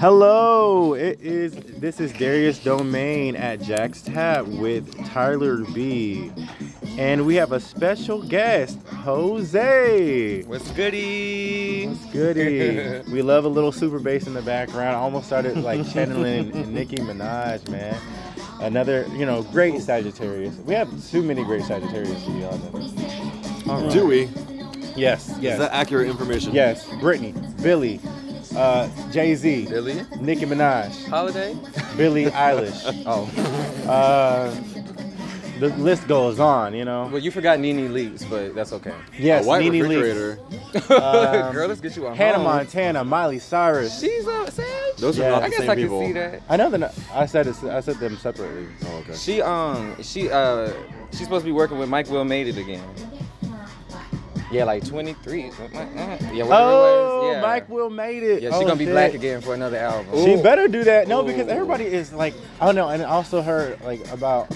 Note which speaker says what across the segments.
Speaker 1: Hello, it is this is Darius Domain at Jack's Tap with Tyler B. And we have a special guest, Jose.
Speaker 2: What's goody?
Speaker 1: Goody. we love a little super bass in the background. I almost started like channeling Nicki Minaj, man. Another, you know, great Sagittarius. We have too many great Sagittarius to be honest.
Speaker 3: Do we?
Speaker 1: Yes,
Speaker 3: Is
Speaker 1: yes.
Speaker 3: that accurate information?
Speaker 1: yes. Brittany, Billy, uh, Jay Z,
Speaker 2: Billy?
Speaker 1: Nicki Minaj,
Speaker 2: Holiday?
Speaker 1: Billie Eilish.
Speaker 2: Oh.
Speaker 1: Uh, the list goes on, you know.
Speaker 2: Well, you forgot Nene Leaks, but that's okay.
Speaker 1: Yes,
Speaker 3: a white
Speaker 1: Nene Leakes,
Speaker 3: refrigerator. Oh.
Speaker 2: Girl, let's get you a
Speaker 1: Hannah
Speaker 2: home.
Speaker 1: Montana, Miley Cyrus.
Speaker 2: She's a Sag.
Speaker 3: Those
Speaker 1: Yeah.
Speaker 3: are not
Speaker 2: I
Speaker 3: the
Speaker 2: guess
Speaker 3: same
Speaker 2: I
Speaker 3: people.
Speaker 2: can see that.
Speaker 1: I know that I said it, I said them separately.
Speaker 3: Oh, okay.
Speaker 2: She um she uh she's supposed to be working with Mike Will Made It again. Yeah, like 23. Yeah, whatever it was,
Speaker 1: Oh,
Speaker 2: yeah.
Speaker 1: Mike Will made it.
Speaker 2: Yeah,
Speaker 1: Oh,
Speaker 2: she's gonna be
Speaker 1: shit.
Speaker 2: black again for another album.
Speaker 1: She better do that. No, because
Speaker 2: Ooh.
Speaker 1: everybody is like, I don't know. And I also heard like about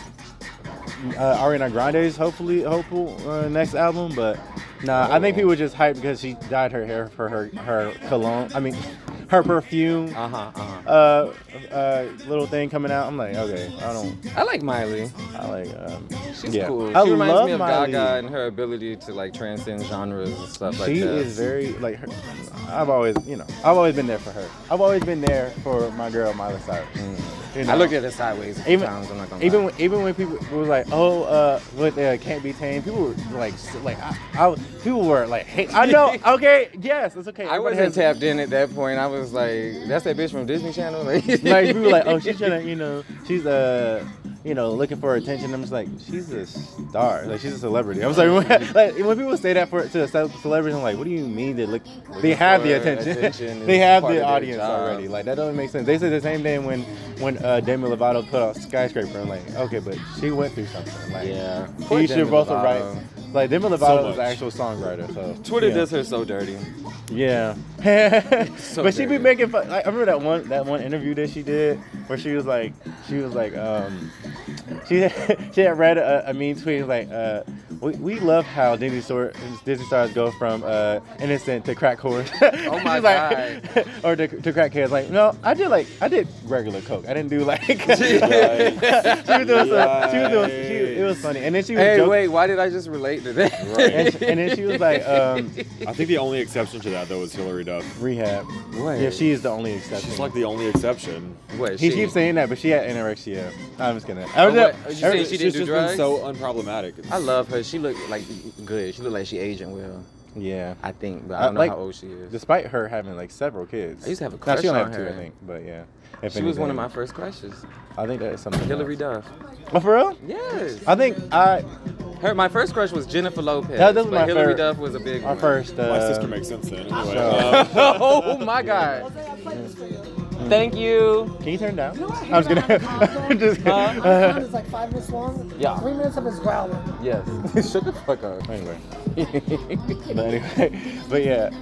Speaker 1: uh, Ariana Grande's hopefully hopeful uh, next album, but nah, I think
Speaker 2: Oh.
Speaker 1: people were just hyped because she dyed her hair for her her cologne. I mean, her perfume.
Speaker 2: Uh huh. Uh-huh.
Speaker 1: uh, uh, little thing coming out. I'm like, okay, I don't,
Speaker 2: I like Miley.
Speaker 1: I like, um,
Speaker 2: She's
Speaker 1: yeah.
Speaker 2: cool. She
Speaker 1: I
Speaker 2: reminds
Speaker 1: love
Speaker 2: me of
Speaker 1: Miley.
Speaker 2: Gaga and her ability to like transcend genres and stuff like
Speaker 1: she
Speaker 2: that.
Speaker 1: is very like, her, I've always, you know, I've always been there for her. I've always been there for my girl Miley Cyrus. You know?
Speaker 2: Mm. I looked at it sideways a few
Speaker 1: Even-
Speaker 2: times. I'm not gonna
Speaker 1: Even
Speaker 2: lie.
Speaker 1: when, even when people were like, oh, uh, what uh, can't be tamed, people were like, s- like I, I was- people were like, hey, I know, okay, yes, it's okay.
Speaker 2: I
Speaker 1: Everybody has-
Speaker 2: wasn't tapped in at that point. I was like, "That's that bitch from Disney Channel." Like,
Speaker 1: Like people were like, oh, she's trying to, you know, she's uh, you know, looking for attention. I'm just like, she's a star, like she's a celebrity. I was like, what? like when people say that for to a ce- celebrity, I'm like, what do you mean they look? They have the
Speaker 2: for
Speaker 1: attention.
Speaker 2: attention
Speaker 1: they
Speaker 2: is
Speaker 1: have
Speaker 2: part
Speaker 1: the
Speaker 2: of their
Speaker 1: audience
Speaker 2: job.
Speaker 1: already. Like that doesn't make sense. They said the same thing when when uh, Demi Lovato put out Skyscraper. I'm like, okay, but she went through something. Like,
Speaker 2: Yeah. Poor
Speaker 1: you should
Speaker 2: Demi
Speaker 1: both
Speaker 2: Lovato.
Speaker 1: write. Like Demi Lovato is
Speaker 3: So
Speaker 1: an
Speaker 3: much.
Speaker 1: actual songwriter, so
Speaker 2: Twitter
Speaker 1: yeah.
Speaker 2: does her so dirty.
Speaker 1: Yeah,
Speaker 2: So
Speaker 1: but she be
Speaker 2: dirty.
Speaker 1: making fun. Like, I remember that one that one interview that she did where she was like, she was like, um, she she had read a, a mean tweet like, uh, we, we love how Disney star, Disney stars go from uh, innocent to crack whores.
Speaker 2: Oh
Speaker 1: She
Speaker 2: my
Speaker 1: was like, or to, to crack kids. Like, no, I did like I did regular coke. I didn't do like. she was doing some. She was doing. She, it was funny, and then she was
Speaker 2: Hey,
Speaker 1: joking.
Speaker 2: wait, why did I just relate to that?
Speaker 3: Right.
Speaker 1: And, and then she was like, um,
Speaker 3: I think the only exception to that though is Hillary Duff.
Speaker 1: rehab.
Speaker 2: Wait.
Speaker 1: Yeah, she is the only exception.
Speaker 3: She's like the only exception.
Speaker 2: What,
Speaker 1: He
Speaker 2: she-
Speaker 1: keeps saying that, but she had anorexia. I'm just kidding. I was
Speaker 2: Oh, what?
Speaker 1: just-
Speaker 2: Are you
Speaker 1: I was-
Speaker 2: saying she didn't
Speaker 3: She's
Speaker 2: do
Speaker 3: just
Speaker 2: drugs?
Speaker 3: been so unproblematic. It's-
Speaker 2: I love her. She looked like good. She looked like she aging well,
Speaker 1: yeah.
Speaker 2: I think, but I
Speaker 1: I
Speaker 2: don't know
Speaker 1: Uh, like-
Speaker 2: how old she is.
Speaker 1: Despite her having like several kids.
Speaker 2: I used to have a
Speaker 1: No, she
Speaker 2: crush
Speaker 1: only
Speaker 2: on
Speaker 1: have two, I
Speaker 2: her.
Speaker 1: think. But yeah. If
Speaker 2: she was one of my
Speaker 1: anything.
Speaker 2: first crushes.
Speaker 1: I think that is something.
Speaker 2: Hillary
Speaker 1: else.
Speaker 2: Duff.
Speaker 1: Oh, for real?
Speaker 2: Yes.
Speaker 1: I think I
Speaker 2: Her, my first crush was Jennifer Lopez.
Speaker 1: That- that was
Speaker 2: but
Speaker 1: my
Speaker 2: Hillary
Speaker 1: fir-
Speaker 2: Duff was a big
Speaker 1: our
Speaker 2: one.
Speaker 1: first. Uh,
Speaker 3: My sister makes sense then. Anyway,
Speaker 1: so-
Speaker 3: um,
Speaker 2: oh my God. Thank you.
Speaker 1: Can you turn it down?
Speaker 4: You know what?
Speaker 1: I was gonna. just kidding.
Speaker 4: Our time is like five minutes long.
Speaker 2: Yeah.
Speaker 4: Three minutes of it is growling.
Speaker 2: Yes. Shut the fuck up.
Speaker 1: anyway. but anyway, but yeah.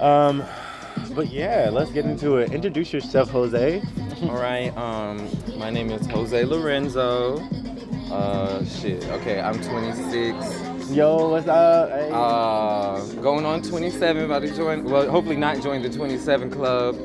Speaker 1: Um, but yeah, let's get into it. Introduce yourself, Jose.
Speaker 2: All right. Um, my name is Jose Lorenzo. Uh, shit. Okay, I'm 26.
Speaker 1: Yo, what's up? Hey.
Speaker 2: Uh, going on 27. About to join. Well, hopefully not join the 27 club.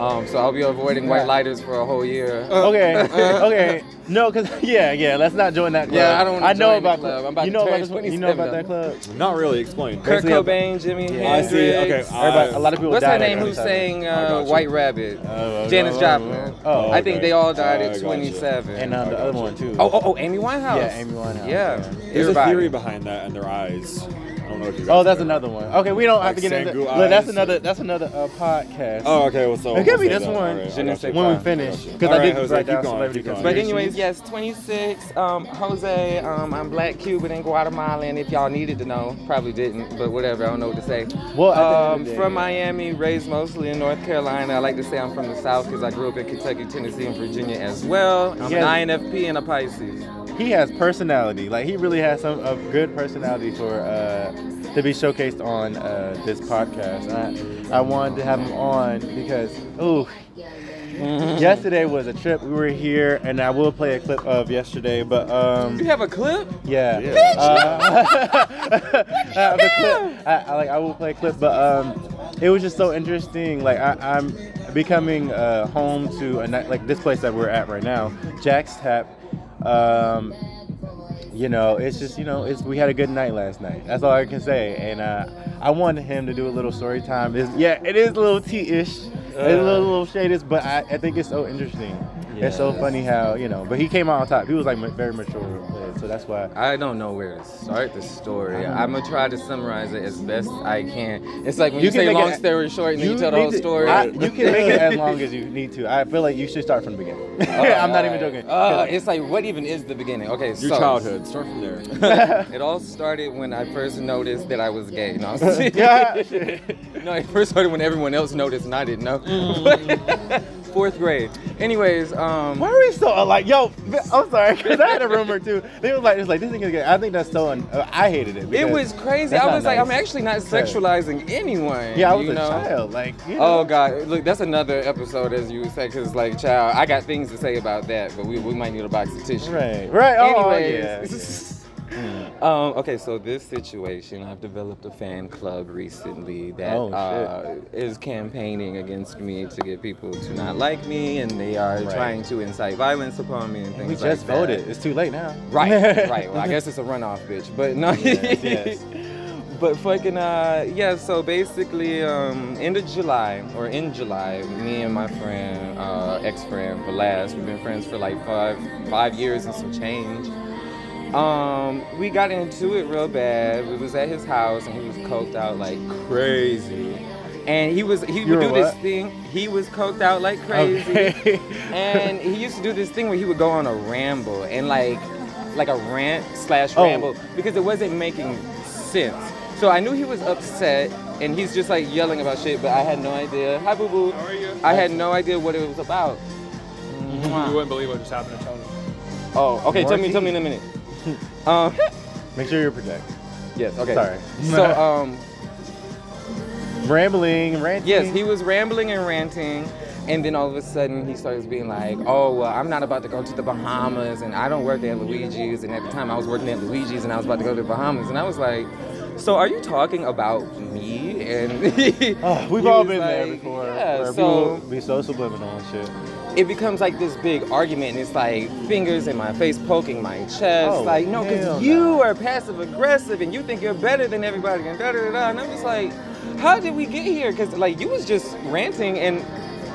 Speaker 2: Um, so I'll be avoiding white lighters for a whole year.
Speaker 1: Okay, okay. No, cause yeah, yeah. Let's not join that club.
Speaker 2: uh, Yeah, I don't wanna
Speaker 1: I know
Speaker 2: join the
Speaker 1: about
Speaker 2: club.
Speaker 1: that.
Speaker 2: I'm about
Speaker 1: you
Speaker 2: to
Speaker 1: know
Speaker 2: turn
Speaker 1: about this, You know about that
Speaker 2: 27
Speaker 1: club.
Speaker 3: Um, not really. Explain.
Speaker 2: Kurt
Speaker 1: Basically,
Speaker 2: Cobain, Jimi
Speaker 1: Yeah,
Speaker 3: I
Speaker 2: Hendrix.
Speaker 3: see. Okay.
Speaker 1: Everybody,
Speaker 3: I-
Speaker 1: a lot of people.
Speaker 2: What's her
Speaker 1: died
Speaker 2: name?
Speaker 1: at
Speaker 2: Who
Speaker 1: that time.
Speaker 2: sang
Speaker 3: I
Speaker 2: uh,
Speaker 3: got you.
Speaker 2: White Rabbit?
Speaker 1: Oh, oh,
Speaker 2: Janis
Speaker 1: oh,
Speaker 2: Joplin.
Speaker 1: oh,
Speaker 2: I think
Speaker 3: okay.
Speaker 2: they all died
Speaker 3: Oh, I
Speaker 2: at
Speaker 3: got you.
Speaker 2: 27.
Speaker 1: And uh,
Speaker 3: I
Speaker 1: the
Speaker 3: got
Speaker 1: other
Speaker 3: you.
Speaker 1: one too.
Speaker 2: oh, oh, oh, Amy Winehouse.
Speaker 1: Yeah, Amy Winehouse,
Speaker 2: Yeah.
Speaker 1: yeah.
Speaker 3: There's a
Speaker 2: Everybody.
Speaker 3: theory behind that and their eyes. I don't know if you. Guys
Speaker 1: Oh, that's
Speaker 3: know.
Speaker 1: another one. Okay, we don't have to
Speaker 3: Like
Speaker 1: get into.
Speaker 3: Sangu
Speaker 1: Look, that's
Speaker 3: Eyes.
Speaker 1: another. That's another uh, podcast.
Speaker 3: Oh, okay. Well, so
Speaker 1: It could be
Speaker 3: we'll
Speaker 1: this
Speaker 3: say
Speaker 1: one.
Speaker 3: that. All right, I
Speaker 2: Shouldn't
Speaker 3: got
Speaker 2: have
Speaker 3: you.
Speaker 2: said
Speaker 1: when
Speaker 2: fine.
Speaker 1: we finish,
Speaker 3: Gotcha.
Speaker 1: because
Speaker 3: All
Speaker 1: I
Speaker 3: right,
Speaker 1: did
Speaker 3: Jose,
Speaker 1: write
Speaker 3: keep
Speaker 1: down
Speaker 3: going,
Speaker 1: celebrity
Speaker 3: keep going.
Speaker 2: But
Speaker 1: conspiracies.
Speaker 2: anyways, yes, 26. Um, Jose, um, I'm black Cuban and Guatemalan. If y'all needed to know, probably didn't, but whatever. I don't know what to say.
Speaker 1: Well, at the end of
Speaker 2: um,
Speaker 1: the day-
Speaker 2: from Miami, raised mostly in North Carolina. I like to say I'm from the South because I grew up in Kentucky, Tennessee, and Virginia as well. I'm
Speaker 1: Yes.
Speaker 2: an INFP and a Pisces.
Speaker 1: he has personality. Like he really has some a good personality for uh, to be showcased on uh, this podcast. And I, I wanted to have him on because ooh, yesterday was a trip. We were here, and I will play a clip of yesterday. But
Speaker 2: You
Speaker 1: um,
Speaker 2: have a clip?
Speaker 1: yeah,
Speaker 3: Yeah.
Speaker 1: Uh, uh, the clip- I, I like I will play a clip, but um, it was just so interesting. Like I, I'm becoming uh, home to a night like this place that we're at right now, Jack's Tap. Um, you know, it's just you know, it's we had a good night last night. That's all I can say. And uh, I wanted him to do a little story time. It's, yeah, it is a little tea-ish, it's a little, little shadish, but I, I think it's so interesting. It's so
Speaker 2: Yes.
Speaker 1: funny how you know. But he came out on top. He was like ma- very mature, uh, so that's why.
Speaker 2: I don't know where to start the story. I'm gonna try to summarize it as best I can. It's like when you,
Speaker 1: can
Speaker 2: say
Speaker 1: make
Speaker 2: long
Speaker 1: it-
Speaker 2: story short and then you tell the
Speaker 1: need
Speaker 2: whole
Speaker 1: to-
Speaker 2: story.
Speaker 1: I- you can make it as long as you need to. I feel like you should start from the beginning. I'm not even joking.
Speaker 2: Uh, it's like what even is the beginning? Okay,
Speaker 3: Your
Speaker 2: so
Speaker 3: childhood. Start from there.
Speaker 2: It all started when I first noticed that I was gay. No, I'm-
Speaker 1: yeah.
Speaker 2: no, it first started when everyone else noticed and I didn't know.
Speaker 1: Mm.
Speaker 2: Fourth grade. Anyways, um,
Speaker 1: Why are we so alike? Yo, I'm sorry, because I had a rumor too. They were like, it's like, this thing is good. I think that's so, un- uh, I hated it.
Speaker 2: it
Speaker 1: because
Speaker 2: was crazy.
Speaker 1: that's
Speaker 2: I
Speaker 1: not
Speaker 2: was like, I'm
Speaker 1: nice.
Speaker 2: actually not sexualizing anyone.
Speaker 1: Yeah, I was
Speaker 2: you
Speaker 1: a
Speaker 2: know?
Speaker 1: child. Like, you know.
Speaker 2: Oh God! Look, that's another episode, as you say, because like, child, I got things to say about that, but we, we might need a box of tissue.
Speaker 1: Right, right. Oh, yeah.
Speaker 2: Anyways. um, okay, so this situation, I've developed a fan club recently that
Speaker 1: Oh, shit.
Speaker 2: uh, is campaigning against me to get people to not like me, and they are
Speaker 1: Right.
Speaker 2: trying to incite violence upon me and things
Speaker 1: We
Speaker 2: like
Speaker 1: just
Speaker 2: that.
Speaker 1: voted. It's too late now.
Speaker 2: Right, right. Well, I guess it's a runoff, bitch. But no.
Speaker 1: Yes, yes.
Speaker 2: But fucking uh, yeah. So basically, um, end of July or in July, me and my friend, uh, ex-friend Velas, we've been friends for like five, five years and some change. Um, we got into it real bad. We was at his house and he was coked out like crazy. And he was he
Speaker 1: You
Speaker 2: would
Speaker 1: were
Speaker 2: do this
Speaker 1: what?
Speaker 2: thing. He was coked out like crazy
Speaker 1: Okay.
Speaker 2: and he used to do this thing where he would go on a ramble and like like a rant slash
Speaker 1: Oh.
Speaker 2: ramble because it wasn't making sense so i knew he was upset and he's just like yelling about shit but i had no idea hi boo boo
Speaker 5: How are you?
Speaker 2: i had no idea what it was about
Speaker 5: You wouldn't believe what just happened to Tony.
Speaker 2: oh okay tell me tell me in a minute um
Speaker 1: Make sure you're protected.
Speaker 2: yes okay
Speaker 1: Sorry.
Speaker 2: so um
Speaker 1: Rambling, ranting.
Speaker 2: Yes, he was rambling and ranting, and then all of a sudden he starts being like, "Oh, well, I'm not about to go to the Bahamas, and I don't work at Luigi's." And at the time, I was working at Luigi's, and I was about to go to the Bahamas, and I was like, "So are you talking about me?" And
Speaker 1: Oh, we've
Speaker 2: he
Speaker 1: all
Speaker 2: was
Speaker 1: been there
Speaker 2: like,
Speaker 1: before.
Speaker 2: Yeah,
Speaker 1: where
Speaker 2: so
Speaker 1: people be so subliminal and shit.
Speaker 2: it becomes like this big argument, and it's like fingers in my face, poking my chest,
Speaker 1: Oh,
Speaker 2: like no,
Speaker 1: hell no.
Speaker 2: because you are passive aggressive, and you think you're better than everybody, and da da da. da. And I'm just like, how did we get here? Because like you was just ranting, and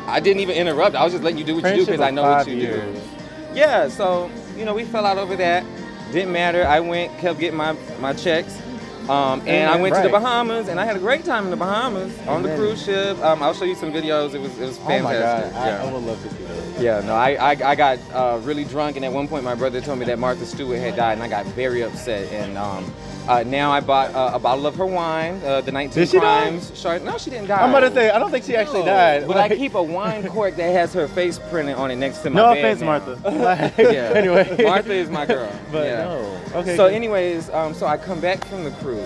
Speaker 2: I didn't even interrupt. I was just letting you do what you do
Speaker 1: Friendship
Speaker 2: because I
Speaker 1: of
Speaker 2: know what
Speaker 1: five
Speaker 2: you
Speaker 1: years.
Speaker 2: do. Yeah, so you know we fell out over that. Didn't matter. I went, kept getting my my checks. Um, and I
Speaker 1: Amen,
Speaker 2: went to the
Speaker 1: right.
Speaker 2: Bahamas, and I had a great time in the Bahamas on the
Speaker 1: Amen.
Speaker 2: cruise ship. Um, I'll show you some videos. It was it was
Speaker 1: Oh my god,
Speaker 2: fantastic.
Speaker 1: I,
Speaker 2: Yeah.
Speaker 1: I would love to see that.
Speaker 2: Yeah, no, I, I, I got uh, really drunk, and at one point my brother told me that Martha Stewart had died, and I got very upset. And um, uh, now I bought uh, a bottle of her wine, uh, the 19
Speaker 1: Did she die?
Speaker 2: Crimes. Chard- no, she didn't die.
Speaker 1: I'm about to say, I don't think she actually died.
Speaker 2: But I keep a wine cork that has her face printed on it next to my
Speaker 1: no
Speaker 2: bed
Speaker 1: offense,
Speaker 2: now.
Speaker 1: Martha. Like,
Speaker 2: Yeah.
Speaker 1: Anyway.
Speaker 2: Martha is my girl.
Speaker 1: But
Speaker 2: yeah.
Speaker 1: no. Okay.
Speaker 2: So,
Speaker 1: good.
Speaker 2: anyways, um, so I come back from the cruise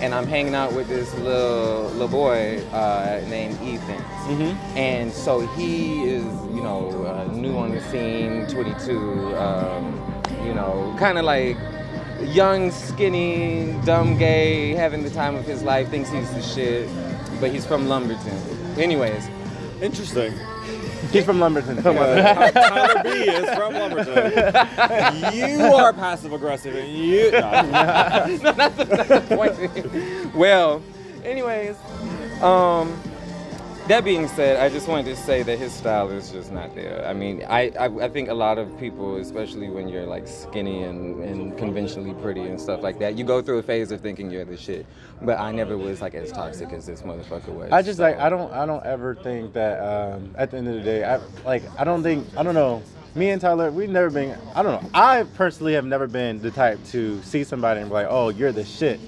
Speaker 2: and I'm hanging out with this little little boy uh, named Ethan.
Speaker 1: Mhm.
Speaker 2: And so he is, you know, uh, new on the scene, 22, um, you know, kind of like young, skinny, dumb, gay, having the time of his life, thinks he's the shit, but he's from Lumberton. Anyways,
Speaker 3: Interesting.
Speaker 1: He's from Lumberton.
Speaker 3: Uh, Tyler B is from Lumberton. You are passive aggressive, and you. Nah,
Speaker 2: Point. well, anyways, um, that being said, I just wanted to say that his style is just not there. I mean, I, I, I think a lot of people, especially when you're like skinny and, and conventionally pretty and stuff like that, you go through a phase of thinking you're the shit. But I never was like as toxic as this motherfucker was.
Speaker 1: I just like
Speaker 2: so-
Speaker 1: I don't I don't ever think that um, at the end of the day I like I don't think I don't know me and Tyler we've never been I don't know I personally have never been the type to see somebody and be like oh you're the shit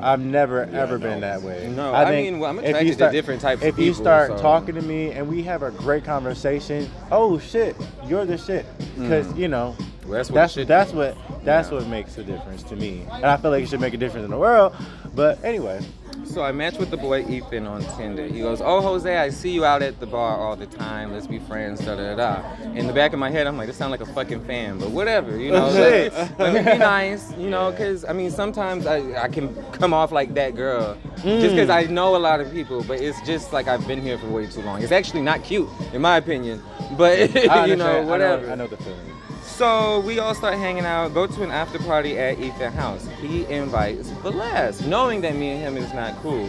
Speaker 1: I've never ever been that way
Speaker 2: Mm. No, I mean, well, I'm
Speaker 1: if you
Speaker 2: attracted to different types of
Speaker 1: if you
Speaker 2: people,
Speaker 1: start
Speaker 2: so-
Speaker 1: talking to me and we have a great conversation oh shit you're the shit because you know
Speaker 2: Mm. Well, that's what it
Speaker 1: that's
Speaker 2: should
Speaker 1: that's
Speaker 2: be.
Speaker 1: what that's
Speaker 2: Yeah.
Speaker 1: what makes the difference to me and I feel like it should make a difference in the world but anyway
Speaker 2: So I matched with the boy Ethan on Tinder. He goes, "Oh, Jose, I see you out at the bar all the time. Let's be friends." Da da da. da." In the back of my head, I'm like, "This sounds like a fucking fan," but whatever, you know.
Speaker 1: Shit.
Speaker 2: Let, let me be nice, you know, because I mean, sometimes I, I can come off like that girl just 'cause just because
Speaker 1: Hmm.
Speaker 2: I know a lot of people, but it's just like I've been here for way too long. It's actually not cute, in my opinion. But
Speaker 1: I
Speaker 2: you
Speaker 1: understand. I
Speaker 2: know, whatever.
Speaker 1: I know the feeling.
Speaker 2: So we all start hanging out, go to an after party at Ethan House. He invites Velez, knowing that me and him is not cool.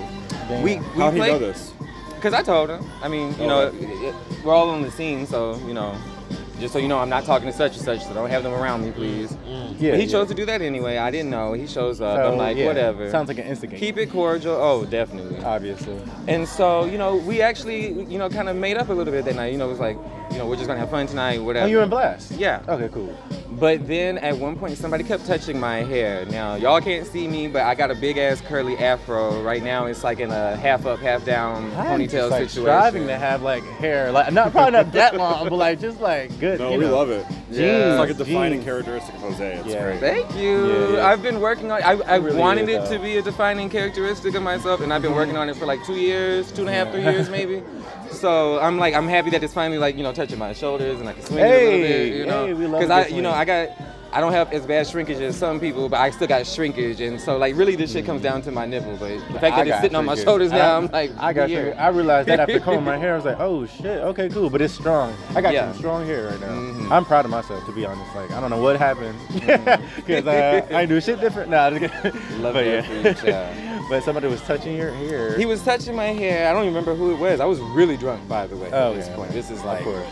Speaker 2: We, we
Speaker 3: How'd he
Speaker 2: play-
Speaker 3: know this?
Speaker 2: Cause I told him. I mean, you
Speaker 3: Oh,
Speaker 2: know,
Speaker 3: okay.
Speaker 2: it- it- we're all on the scene, so you know, just so you know, I'm not talking to such and such, so don't have them around me, please.
Speaker 1: Yeah,
Speaker 2: But he
Speaker 1: yeah.
Speaker 2: chose to do that anyway. I didn't know. He shows up.
Speaker 1: So,
Speaker 2: I'm like,
Speaker 1: yeah,
Speaker 2: whatever.
Speaker 1: Sounds like Ah. an instigate.
Speaker 2: Keep it cordial. Oh, definitely.
Speaker 1: obviously.
Speaker 2: And so, you know, we actually, you know, kind of made up a little bit that night. You know, it was like, you know, we're just gonna have fun tonight, whatever.
Speaker 1: Oh, you in blast?
Speaker 2: Yeah.
Speaker 1: Okay, cool.
Speaker 2: But then at one point, somebody kept touching my hair. Now, y'all can't see me, but I got a big ass curly afro. Right now, it's like in a half up, half down
Speaker 1: I'm
Speaker 2: ponytail
Speaker 1: just, like,
Speaker 2: situation.
Speaker 1: Striving to have like hair, like not probably not that long, but like just like good.
Speaker 3: No,
Speaker 1: you
Speaker 3: we
Speaker 1: know.
Speaker 3: love it.
Speaker 2: Yeah.
Speaker 3: It's like a defining
Speaker 1: Jeez.
Speaker 3: characteristic of Jose. It's
Speaker 1: Yeah.
Speaker 3: great.
Speaker 2: Thank you.
Speaker 1: Yeah, yeah.
Speaker 2: I've been working on. I, I
Speaker 1: really
Speaker 2: wanted
Speaker 1: is,
Speaker 2: it
Speaker 1: though.
Speaker 2: to be a defining characteristic of myself, and I've been working on it for like two years, two and a half, three years maybe. So I'm like, I'm happy that it's finally like you know touching my shoulders and I can swing it a little bit,
Speaker 1: Hey,
Speaker 2: you know,
Speaker 1: hey, we love
Speaker 2: because
Speaker 1: a
Speaker 2: I,
Speaker 1: good
Speaker 2: you know,
Speaker 1: swing.
Speaker 2: I got. I don't have as bad shrinkage as some people, but I still got shrinkage, and so like really this shit comes down to my nipple. But the fact
Speaker 1: I
Speaker 2: that it's
Speaker 1: got
Speaker 2: sitting on my
Speaker 1: triggered.
Speaker 2: shoulders now,
Speaker 1: I,
Speaker 2: I, am like,
Speaker 1: I got
Speaker 2: weird.
Speaker 1: triggered. I realized that after combing my hair, I was like, oh shit, okay, cool, but it's strong. I got
Speaker 2: Yeah.
Speaker 1: some strong hair right now.
Speaker 2: Mhm.
Speaker 1: I'm proud of myself, to be honest. Like, I don't know what happened because I, I do shit different now. Love
Speaker 2: Love
Speaker 1: but,
Speaker 2: that for you, child.
Speaker 1: but somebody was touching your hair.
Speaker 2: He was touching my hair. I don't even remember who it was. I was really drunk, by the way.
Speaker 1: Oh,
Speaker 2: at this
Speaker 1: yeah.
Speaker 2: point, this is
Speaker 1: Of
Speaker 2: like
Speaker 1: course.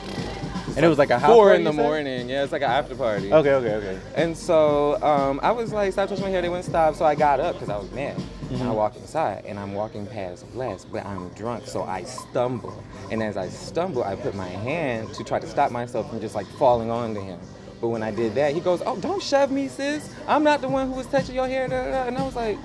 Speaker 1: and it was like a hot
Speaker 2: four
Speaker 1: part,
Speaker 2: in the
Speaker 1: you said? Oh.
Speaker 2: morning. Yeah, it's like an after party.
Speaker 1: Okay, okay, okay.
Speaker 2: And so um, I was like, stop touching my hair. They wouldn't stop. So I got up because I was mad. And
Speaker 1: Mm-hmm.
Speaker 2: I walked inside and I'm walking past Bless, but I'm drunk. So I stumble. And as I stumble, I put my hand to try to stop myself from just like falling onto him. But when I did that, he goes, Oh, don't shove me, sis. I'm not the one who was touching your hair. Da, da, da. And I was like,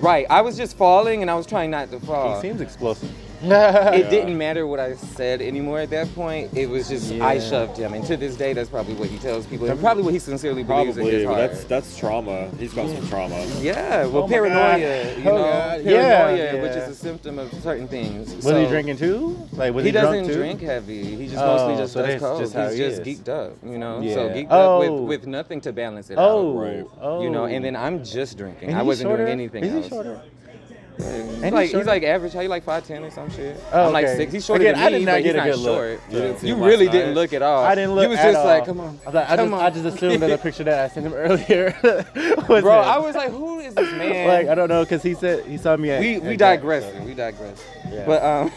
Speaker 2: Right. I was just falling and I was trying not to fall
Speaker 1: He seems explosive.
Speaker 2: Uh, it didn't matter what I said anymore at that point. It was just I
Speaker 1: Yeah.
Speaker 2: shoved him, and to this day, that's probably what he tells people, and probably what he sincerely believes in
Speaker 3: Probably.
Speaker 2: his
Speaker 3: but
Speaker 2: heart.
Speaker 3: That's that's trauma. He's got some trauma.
Speaker 2: yeah, well,
Speaker 1: Oh my
Speaker 2: paranoia,
Speaker 1: God.
Speaker 2: you know,
Speaker 1: Oh God. Yeah,
Speaker 2: paranoia,
Speaker 1: yeah.
Speaker 2: which is a symptom of certain things.
Speaker 1: Was he drinking too? Like, was
Speaker 2: he
Speaker 1: he,
Speaker 2: doesn't
Speaker 1: drunk too?
Speaker 2: drink heavy. He just
Speaker 1: Oh,
Speaker 2: mostly just
Speaker 1: so
Speaker 2: does
Speaker 1: that's
Speaker 2: coke.
Speaker 1: just how
Speaker 2: He's
Speaker 1: he is.
Speaker 2: just geeked up, you know. So
Speaker 1: Yeah.
Speaker 2: geeked up
Speaker 1: Oh.
Speaker 2: with, with nothing to balance it
Speaker 1: Oh,
Speaker 2: out.
Speaker 3: Right.
Speaker 1: oh.
Speaker 2: You know, and then I'm just drinking.
Speaker 1: And
Speaker 2: I
Speaker 1: he's
Speaker 2: wasn't
Speaker 1: shorter?
Speaker 2: doing anything
Speaker 1: Is he
Speaker 2: else.
Speaker 1: shorter?
Speaker 2: Yeah, He's
Speaker 1: he's
Speaker 2: like, he's
Speaker 1: shorter?
Speaker 2: like average. How you like five ten or some shit?
Speaker 1: Oh,
Speaker 2: I'm like
Speaker 1: okay.
Speaker 2: six. He's shorter
Speaker 1: Again,
Speaker 2: than me,
Speaker 1: I did not
Speaker 2: but
Speaker 1: get
Speaker 2: he's
Speaker 1: a
Speaker 2: not
Speaker 1: good look.
Speaker 2: short.
Speaker 3: You didn't see
Speaker 2: You
Speaker 3: him last
Speaker 2: really
Speaker 3: night.
Speaker 2: didn't look at all.
Speaker 1: I didn't look.
Speaker 2: You was
Speaker 1: at
Speaker 2: just
Speaker 1: all.
Speaker 2: like, come on,
Speaker 1: I, was like, I
Speaker 2: come
Speaker 1: just,
Speaker 2: on.
Speaker 1: I just assumed that the picture that I sent him earlier was
Speaker 2: Bro,
Speaker 1: him.
Speaker 2: I was like, who is this man?
Speaker 1: like, I don't know, cause he said he saw me at.
Speaker 2: we we
Speaker 1: at that,
Speaker 2: digress.
Speaker 1: so.
Speaker 2: We digress.
Speaker 1: Yeah.
Speaker 2: But um,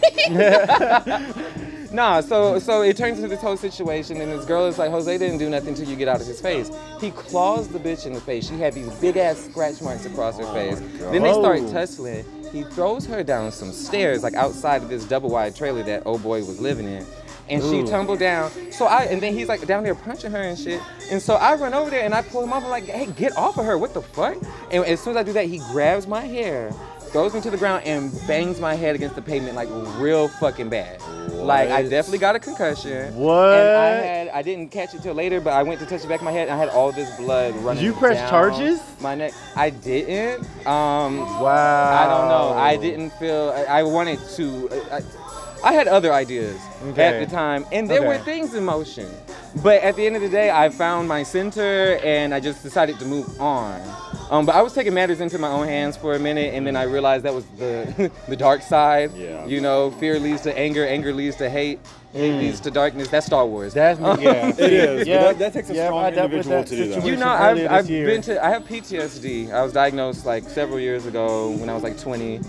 Speaker 2: nah. So so it turns into this whole situation, and this girl is like, Jose didn't do nothing till you get out of his face. He claws the bitch in the face. She had these big ass scratch marks across
Speaker 1: Oh
Speaker 2: her face. Then they start
Speaker 1: Whoa.
Speaker 2: tussling. He throws her down some stairs, like outside of this double wide trailer that old boy was living in. And she
Speaker 1: Ooh.
Speaker 2: tumbled down. So I and then he's like down there punching her and shit. And so I run over there and I pull him off. I'm like, hey, get off of her. What the fuck? And as soon as I do that, he grabs my hair, throws me to the ground, and bangs my head against the pavement like real fucking bad. Like I
Speaker 3: What?
Speaker 2: definitely got a concussion.
Speaker 1: What?
Speaker 2: And I had I didn't catch it till later, but I went to touch the back of my head and I had all this blood running.
Speaker 1: You pressed
Speaker 2: down
Speaker 1: charges?
Speaker 2: My neck. I didn't. Um
Speaker 1: Wow.
Speaker 2: I don't know. I didn't feel. I, I wanted to. I, I, I had other ideas
Speaker 1: Okay.
Speaker 2: at the time, and there were
Speaker 1: Okay.
Speaker 2: things in motion. But at the end of the day, I found my center, and I just decided to move on. Um, but I was taking matters into my own hands for a minute, and then I realized that was the the dark side.
Speaker 3: Yeah.
Speaker 2: You know, fear leads to anger, anger leads to hate, hate
Speaker 1: Mm.
Speaker 2: leads to darkness. That's Star Wars.
Speaker 1: That's me. Yeah,
Speaker 3: It is, but
Speaker 1: Yeah,
Speaker 3: that- that takes a
Speaker 1: yeah,
Speaker 3: strong
Speaker 1: I dealt with
Speaker 3: individual
Speaker 1: that
Speaker 3: to do that.
Speaker 2: you
Speaker 1: situation
Speaker 2: know, I've,
Speaker 1: earlier
Speaker 2: I've
Speaker 1: this year.
Speaker 2: been to, I have PTSD. I was diagnosed like several years ago when I was like 20.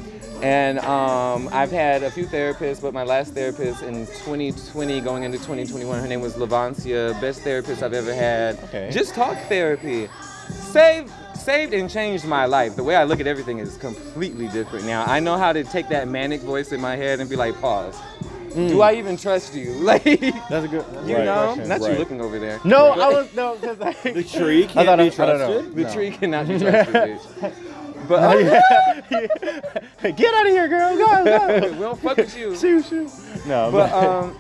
Speaker 2: And um, I've had a few therapists, but my last therapist in 2020, going into 2021, her name was Lavancia, best therapist I've ever had.
Speaker 1: Okay.
Speaker 2: Just talk therapy. Saved, saved and changed my life. The way I look at everything is completely different now. I know how to take that manic voice in my head and be like, pause. Do I even trust you? Like, you
Speaker 1: That's a good. That's a good
Speaker 2: know,
Speaker 1: Hmm. question.
Speaker 2: not you
Speaker 3: Right.
Speaker 2: looking over there.
Speaker 1: no, I was no. Cause I,
Speaker 3: The tree
Speaker 1: I
Speaker 3: can't
Speaker 1: thought I, I
Speaker 3: be
Speaker 1: don't know.
Speaker 3: trusted?
Speaker 2: The
Speaker 1: No.
Speaker 2: tree cannot be trusted, bitch. But uh,
Speaker 1: Get out of here, girl. Go, go.
Speaker 2: we don't fuck with you.
Speaker 1: shoot, shoot. No,
Speaker 2: But um,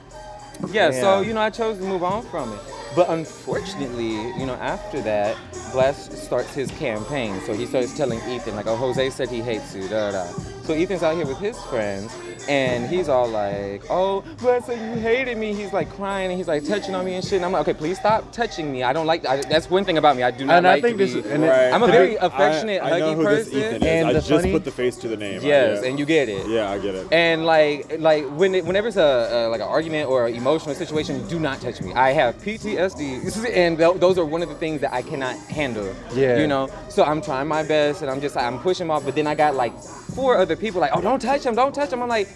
Speaker 2: yeah, so
Speaker 1: Yeah.
Speaker 2: you know, I chose to move on from it. But unfortunately, you know, after that, Blast starts his campaign. So he starts telling Ethan, like, oh, Jose said he hates you, da da. da." So So Ethan's out here with his friends, and he's all like, "Oh, Wesley, you hated me." He's like crying, and he's like touching on me and shit. And I'm like, "Okay, please stop touching me. I don't like. I, that's one thing about me. I do not
Speaker 1: And I
Speaker 2: like
Speaker 1: think
Speaker 2: to
Speaker 1: this-
Speaker 2: be.
Speaker 1: and it-
Speaker 2: I'm a
Speaker 1: to
Speaker 2: very
Speaker 1: be-
Speaker 2: affectionate,
Speaker 3: I, I know
Speaker 2: huggy
Speaker 3: who
Speaker 2: person.
Speaker 3: this Ethan is.
Speaker 1: And
Speaker 3: I
Speaker 1: the
Speaker 3: just
Speaker 1: funny-
Speaker 3: put the face to the name. I-
Speaker 2: Yes,
Speaker 3: yeah.
Speaker 2: and you get it.
Speaker 3: Yeah, I get it.
Speaker 2: And like, like when it, whenever it's a, a like an argument or an emotional situation, do not touch me. I have PTSD, and th- those are one of the things that I cannot handle.
Speaker 1: Yeah.
Speaker 2: You know, so I'm trying my best, and I'm just like, I'm pushing him off. But then I got like four other people like, oh, don't touch him, don't touch him. I'm like,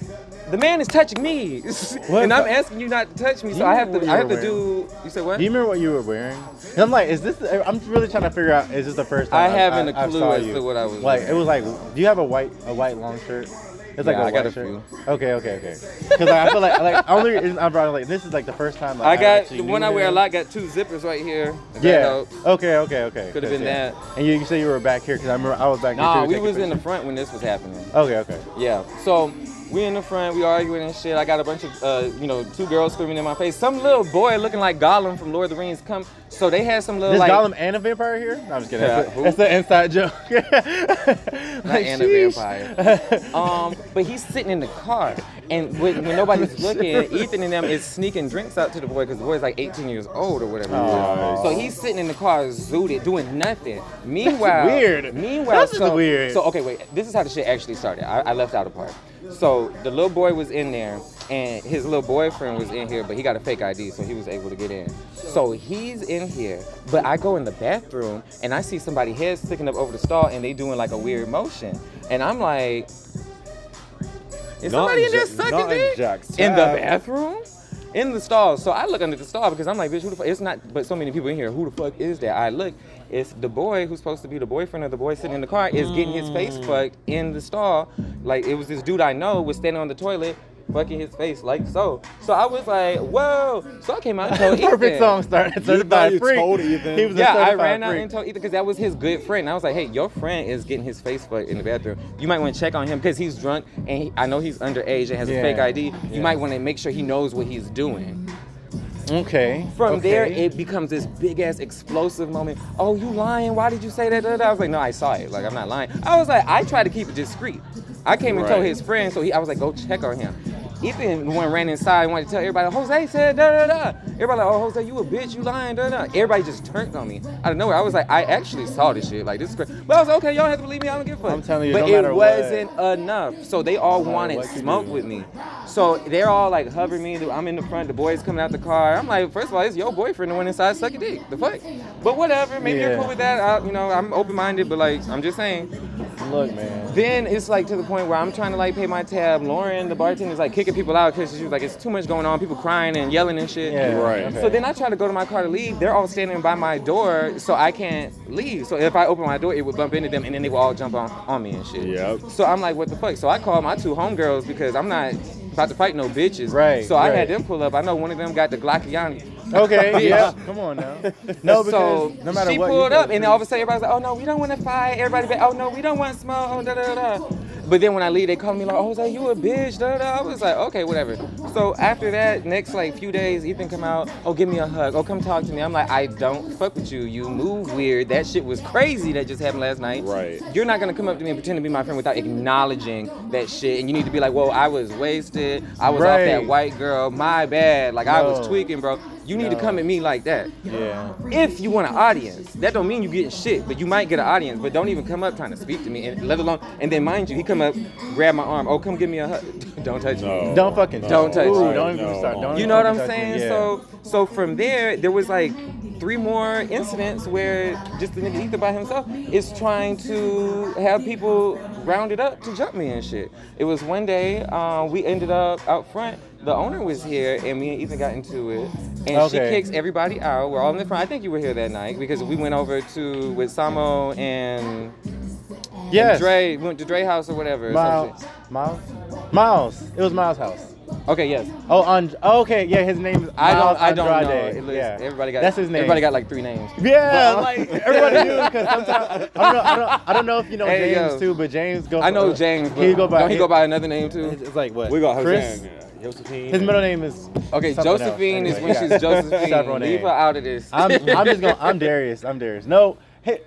Speaker 2: the man is touching me, and I'm asking you not to touch me, so
Speaker 1: You
Speaker 2: I have
Speaker 1: know
Speaker 2: to,
Speaker 1: what
Speaker 2: I have
Speaker 1: you're
Speaker 2: to do. You said what?
Speaker 1: Do you remember what you were wearing? And I'm like, is this? I'm really trying to figure out. Is this the first
Speaker 2: I
Speaker 1: time I-
Speaker 2: haven't a
Speaker 1: I- I
Speaker 2: clue
Speaker 1: saw
Speaker 2: as
Speaker 1: you.
Speaker 2: to what I was
Speaker 1: Like
Speaker 2: wearing.
Speaker 1: it was like, do you have a white a white long shirt? It's like
Speaker 2: Yeah,
Speaker 1: a
Speaker 2: I got
Speaker 1: white
Speaker 2: a
Speaker 1: shirt.
Speaker 2: few.
Speaker 1: Okay, okay, okay. Because like, I feel like like only reason I brought it, like this is like the first time. Like,
Speaker 2: I got
Speaker 1: actually
Speaker 2: the one
Speaker 1: knew
Speaker 2: I wear a
Speaker 1: him.
Speaker 2: lot. Got two zippers right here. if that
Speaker 1: Yeah.
Speaker 2: helps.
Speaker 1: Okay. Okay. Okay.
Speaker 2: Could've been
Speaker 1: Yeah.
Speaker 2: that.
Speaker 1: And you, you said you were back here because I remember I was back here.
Speaker 2: Nah,
Speaker 1: too,
Speaker 2: we
Speaker 1: taking
Speaker 2: was in the
Speaker 1: pictures.
Speaker 2: front when this was happening.
Speaker 1: Okay. Okay.
Speaker 2: Yeah. So we in the front, we arguing and shit. I got a bunch of, uh, you know, two girls screaming in my face. Some little boy looking like Gollum from Lord of the Rings come. So they had some little
Speaker 1: This
Speaker 2: like.
Speaker 1: Gollum and a vampire here? No, I'm just kidding.
Speaker 2: Yeah,
Speaker 1: That's, a,
Speaker 2: who?
Speaker 1: that's an inside joke. Like,
Speaker 2: and a
Speaker 1: sheesh.
Speaker 2: vampire. Um, but he's sitting in the car, and when, when nobody's
Speaker 1: Oh,
Speaker 2: looking, Ethan and them is sneaking drinks out to the boy because the boy's like 18 years old or whatever. he is.
Speaker 1: Aw.
Speaker 2: So he's sitting in the car, zooted, doing nothing. Meanwhile,
Speaker 1: weird.
Speaker 2: Meanwhile,
Speaker 1: That's just
Speaker 2: so,
Speaker 1: weird.
Speaker 2: So okay, wait. This is how the shit actually started. I, I left out a part. So the little boy was in there, and his little boyfriend was in here, but he got a fake ID, so he was able to get in. So he's in here, but I go in the bathroom and I see somebody head sticking up over the stall, and they doing like a weird motion, and I'm like, is
Speaker 3: Not
Speaker 2: somebody in there
Speaker 3: Jack-
Speaker 2: sucking
Speaker 3: not
Speaker 2: dick
Speaker 3: Jack's
Speaker 2: in the
Speaker 3: tab.
Speaker 2: bathroom? In the stall. So I look under the stall because I'm like, bitch, who the fuck? It's not, but so many people in here. Who the fuck is that? I look. It's the boy who's supposed to be the boyfriend of the boy sitting in the car is getting his face fucked in the stall. Like it was this dude I know was standing on the toilet, fucking his face like so. So I was like, whoa. So I came out and told
Speaker 1: Perfect
Speaker 2: Ethan.
Speaker 1: song started.
Speaker 3: You thought you told Ethan.
Speaker 1: He was
Speaker 2: Yeah,
Speaker 1: a
Speaker 2: I
Speaker 1: certified
Speaker 2: ran out
Speaker 1: freak.
Speaker 2: and told Ethan because that was his good friend. And I was like, hey, your friend is getting his face fucked in the bathroom. You might want to check on him because he's drunk and he, I know he's underage and has
Speaker 1: Yeah.
Speaker 2: a fake ID.
Speaker 1: Yeah.
Speaker 2: You might want to make sure he knows what he's doing.
Speaker 1: Okay.
Speaker 2: From there,
Speaker 1: okay.
Speaker 2: it becomes this big ass explosive moment. Oh, you lying? Why did you say that? Da, da, da. I was like, no, I saw it. Like, I'm not lying. I was like, I tried to keep it discreet. I came and told
Speaker 3: Right.
Speaker 2: his friend, so he, I was like, go check on him. Ethan went ran inside and wanted to tell everybody, Jose said da da da. Everybody like, oh Jose, you a bitch, you lying, da da. da. Everybody just turned on me out of nowhere. I was like, I actually saw this shit. Like this is crazy. But I was like, okay, y'all have to believe me. I don't give a fuck.
Speaker 1: I'm telling you,
Speaker 2: but
Speaker 1: no
Speaker 2: it
Speaker 1: matter what.
Speaker 2: wasn't enough. So they all wanted
Speaker 1: what you
Speaker 2: smoke
Speaker 1: do.
Speaker 2: with me. So they're all like hovering me. I'm in the front. The boys coming out the car. I'm like, first of all, it's your boyfriend that went inside sucking dick. The fuck. But whatever. Maybe
Speaker 1: Yeah.
Speaker 2: you're cool with that. I, you know, I'm open minded. But like, I'm just saying.
Speaker 1: Look, man.
Speaker 2: Then it's like to the point where I'm trying to like pay my tab. Lauren, the bartender's like kicking people out because she was like, it's too much going on. People crying and yelling and shit.
Speaker 1: Yeah.
Speaker 3: Right.
Speaker 1: okay.
Speaker 2: So then I try to go to my car to leave. They're all standing by my door, so I can't leave. So if I open my door, it would bump into them, and then they would all jump on, on me and shit.
Speaker 3: Yep.
Speaker 2: So I'm like, what the fuck? So I called my two homegirls because I'm not about to fight no bitches.
Speaker 1: Right,
Speaker 2: So I
Speaker 1: right.
Speaker 2: had them pull up. I know one of them got the Glockiani.
Speaker 1: Okay. yeah. Come on now. No, because
Speaker 2: so
Speaker 1: no matter
Speaker 2: she
Speaker 1: what. you
Speaker 2: pulled
Speaker 1: gotta
Speaker 2: up, and
Speaker 1: do-
Speaker 2: all of a sudden everybody's like, "Oh no, we don't want to fight." Everybody, be, "Oh no, we don't want smoke." Oh, da, da, da. da. But then when I leave, they call me like, "Oh, Jose, you a bitch." Da, da, da. I was like, "Okay, whatever." So after that, next like few days, Ethan come out. Oh, give me a hug. Oh, come talk to me. I'm like, I don't fuck with you. You move weird. That shit was crazy that just happened last night.
Speaker 3: Right.
Speaker 2: You're not gonna come up to me and pretend to be my friend without acknowledging that shit. And you need to be like, "Whoa, I was wasted. I was off
Speaker 1: Right.
Speaker 2: that white girl. My bad. Like I was
Speaker 1: No.
Speaker 2: tweaking, bro." You need
Speaker 1: No.
Speaker 2: to come at me like that.
Speaker 1: Yeah.
Speaker 2: If you want an audience, that don't mean you getting shit, but you might get an audience. But don't even come up trying to speak to me, and let alone. And then mind you, he come up, grab my arm. Oh, come give me a hug. don't touch me.
Speaker 3: No.
Speaker 1: Don't fucking.
Speaker 2: Don't touch
Speaker 1: Ooh,
Speaker 2: me.
Speaker 1: Don't even
Speaker 3: No.
Speaker 1: start. Don't
Speaker 2: You
Speaker 1: even
Speaker 2: know what I'm
Speaker 1: fucking touch me.
Speaker 2: saying?
Speaker 1: Yeah.
Speaker 2: So, so from there, there was like three more incidents where just the nigga Ether by himself is trying to have people rounded up to jump me and shit. It was one day um, we ended up out front. The owner was here, and me and Ethan got into it, and
Speaker 1: Okay.
Speaker 2: she kicks everybody out. We're all in the front. I think you were here that night because we went over to with Samo and
Speaker 1: Yes.
Speaker 2: Dre. We went to Dre house or whatever. or some
Speaker 1: Miles. Miles. Miles. It was Miles' house.
Speaker 2: shit. Okay. Yes.
Speaker 1: Oh, and okay, yeah, his name is
Speaker 2: I
Speaker 1: Miles
Speaker 2: don't. I don't
Speaker 1: Andrade.
Speaker 2: know. It looks-
Speaker 1: yeah,
Speaker 2: Everybody got.
Speaker 1: that's his name.
Speaker 2: Everybody got like three names.
Speaker 1: Yeah, like everybody knew because sometimes I don't, know, I, don't, I don't know if you know
Speaker 2: Hey,
Speaker 1: James
Speaker 2: yo.
Speaker 1: too, but James goes.
Speaker 2: I know James, but
Speaker 1: he go by.
Speaker 2: don't he go by another name too?
Speaker 1: It's, it's like what?
Speaker 3: We got
Speaker 1: Chris.
Speaker 3: Jose. and, uh, Josephine.
Speaker 1: His middle name is.
Speaker 2: Okay,
Speaker 1: something else.
Speaker 2: Josephine is
Speaker 1: Anyway,
Speaker 2: when
Speaker 1: yeah.
Speaker 2: she's Josephine.
Speaker 1: Several
Speaker 2: Leave
Speaker 1: names.
Speaker 2: her out of this.
Speaker 1: I'm, I'm just going. to I'm Darius. I'm Darius. No, hey,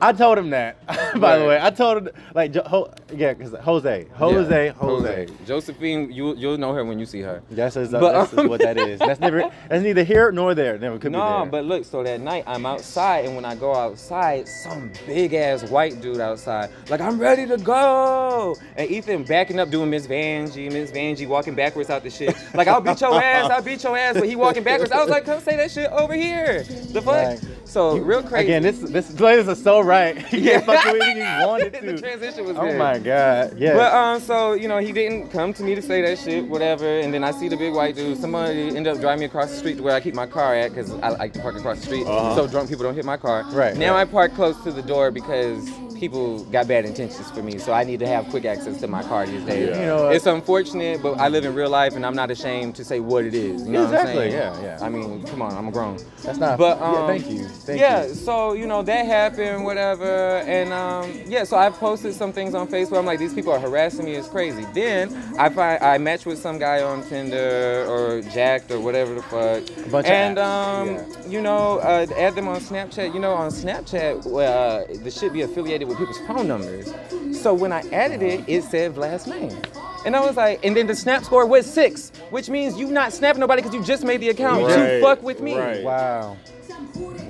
Speaker 1: I told him that. By the
Speaker 2: Right.
Speaker 1: way, I told him like jo- ho- yeah, because Jose, Jose,
Speaker 2: Yeah,
Speaker 1: Jose.
Speaker 2: Josephine, you you'll know her when you see her.
Speaker 1: That's, that's,
Speaker 2: But,
Speaker 1: that's
Speaker 2: um,
Speaker 1: what that is. That's never. That's neither here nor there. Never could be
Speaker 2: No,
Speaker 1: there.
Speaker 2: but look, so that night I'm outside, and when I go outside, some big ass white dude outside, like, I'm ready to go. And Ethan backing up doing Miss Vanjie, Miss Vanjie walking backwards out the shit. Like, I'll beat your ass, I'll beat your ass, but he walking backwards. I was like, come say that shit over here. The fuck?
Speaker 1: Right.
Speaker 2: So, real crazy.
Speaker 1: again, this this players are so right. You
Speaker 2: Yeah.
Speaker 1: can't fuck with anything you wanted
Speaker 2: The
Speaker 1: to.
Speaker 2: transition was
Speaker 1: Oh
Speaker 2: good.
Speaker 1: my god. Yeah.
Speaker 2: But um, so you know, he didn't come to me to say that shit, whatever. And then I see the big white dude. Somebody ended up driving me across the street to where I keep my car at, cause I like to park across the street,
Speaker 1: Uh-huh.
Speaker 2: so drunk people don't hit my car.
Speaker 1: Right,
Speaker 2: Now
Speaker 1: right.
Speaker 2: I park close to the door because people got bad intentions for me, so I need to have quick access to my car these days.
Speaker 1: You know what?
Speaker 2: it's unfortunate, but I live in real life, and I'm not ashamed to say what it is. You know
Speaker 1: Exactly,
Speaker 2: What I'm saying?
Speaker 1: yeah, yeah.
Speaker 2: I mean, come on, I'm grown.
Speaker 1: That's not-
Speaker 2: But um,
Speaker 1: yeah, thank you, thank
Speaker 2: yeah,
Speaker 1: you.
Speaker 2: so you know that happened, whatever, and um, yeah. So I posted some things on Facebook. I'm like, these people are harassing me. It's crazy. Then I find I match with some guy on Tinder or Jacked or whatever the fuck.
Speaker 1: A bunch of
Speaker 2: and
Speaker 1: apps,
Speaker 2: um,
Speaker 1: yeah.
Speaker 2: you know, uh, add them on Snapchat. You know, on Snapchat, well, uh, the shit be affiliated with people's phone numbers. So when I added it, it said last name. And I was like, and then the snap score was six, which means you not snapping nobody because you just made the account. You
Speaker 3: Right,
Speaker 2: fuck with me.
Speaker 3: right.
Speaker 1: wow.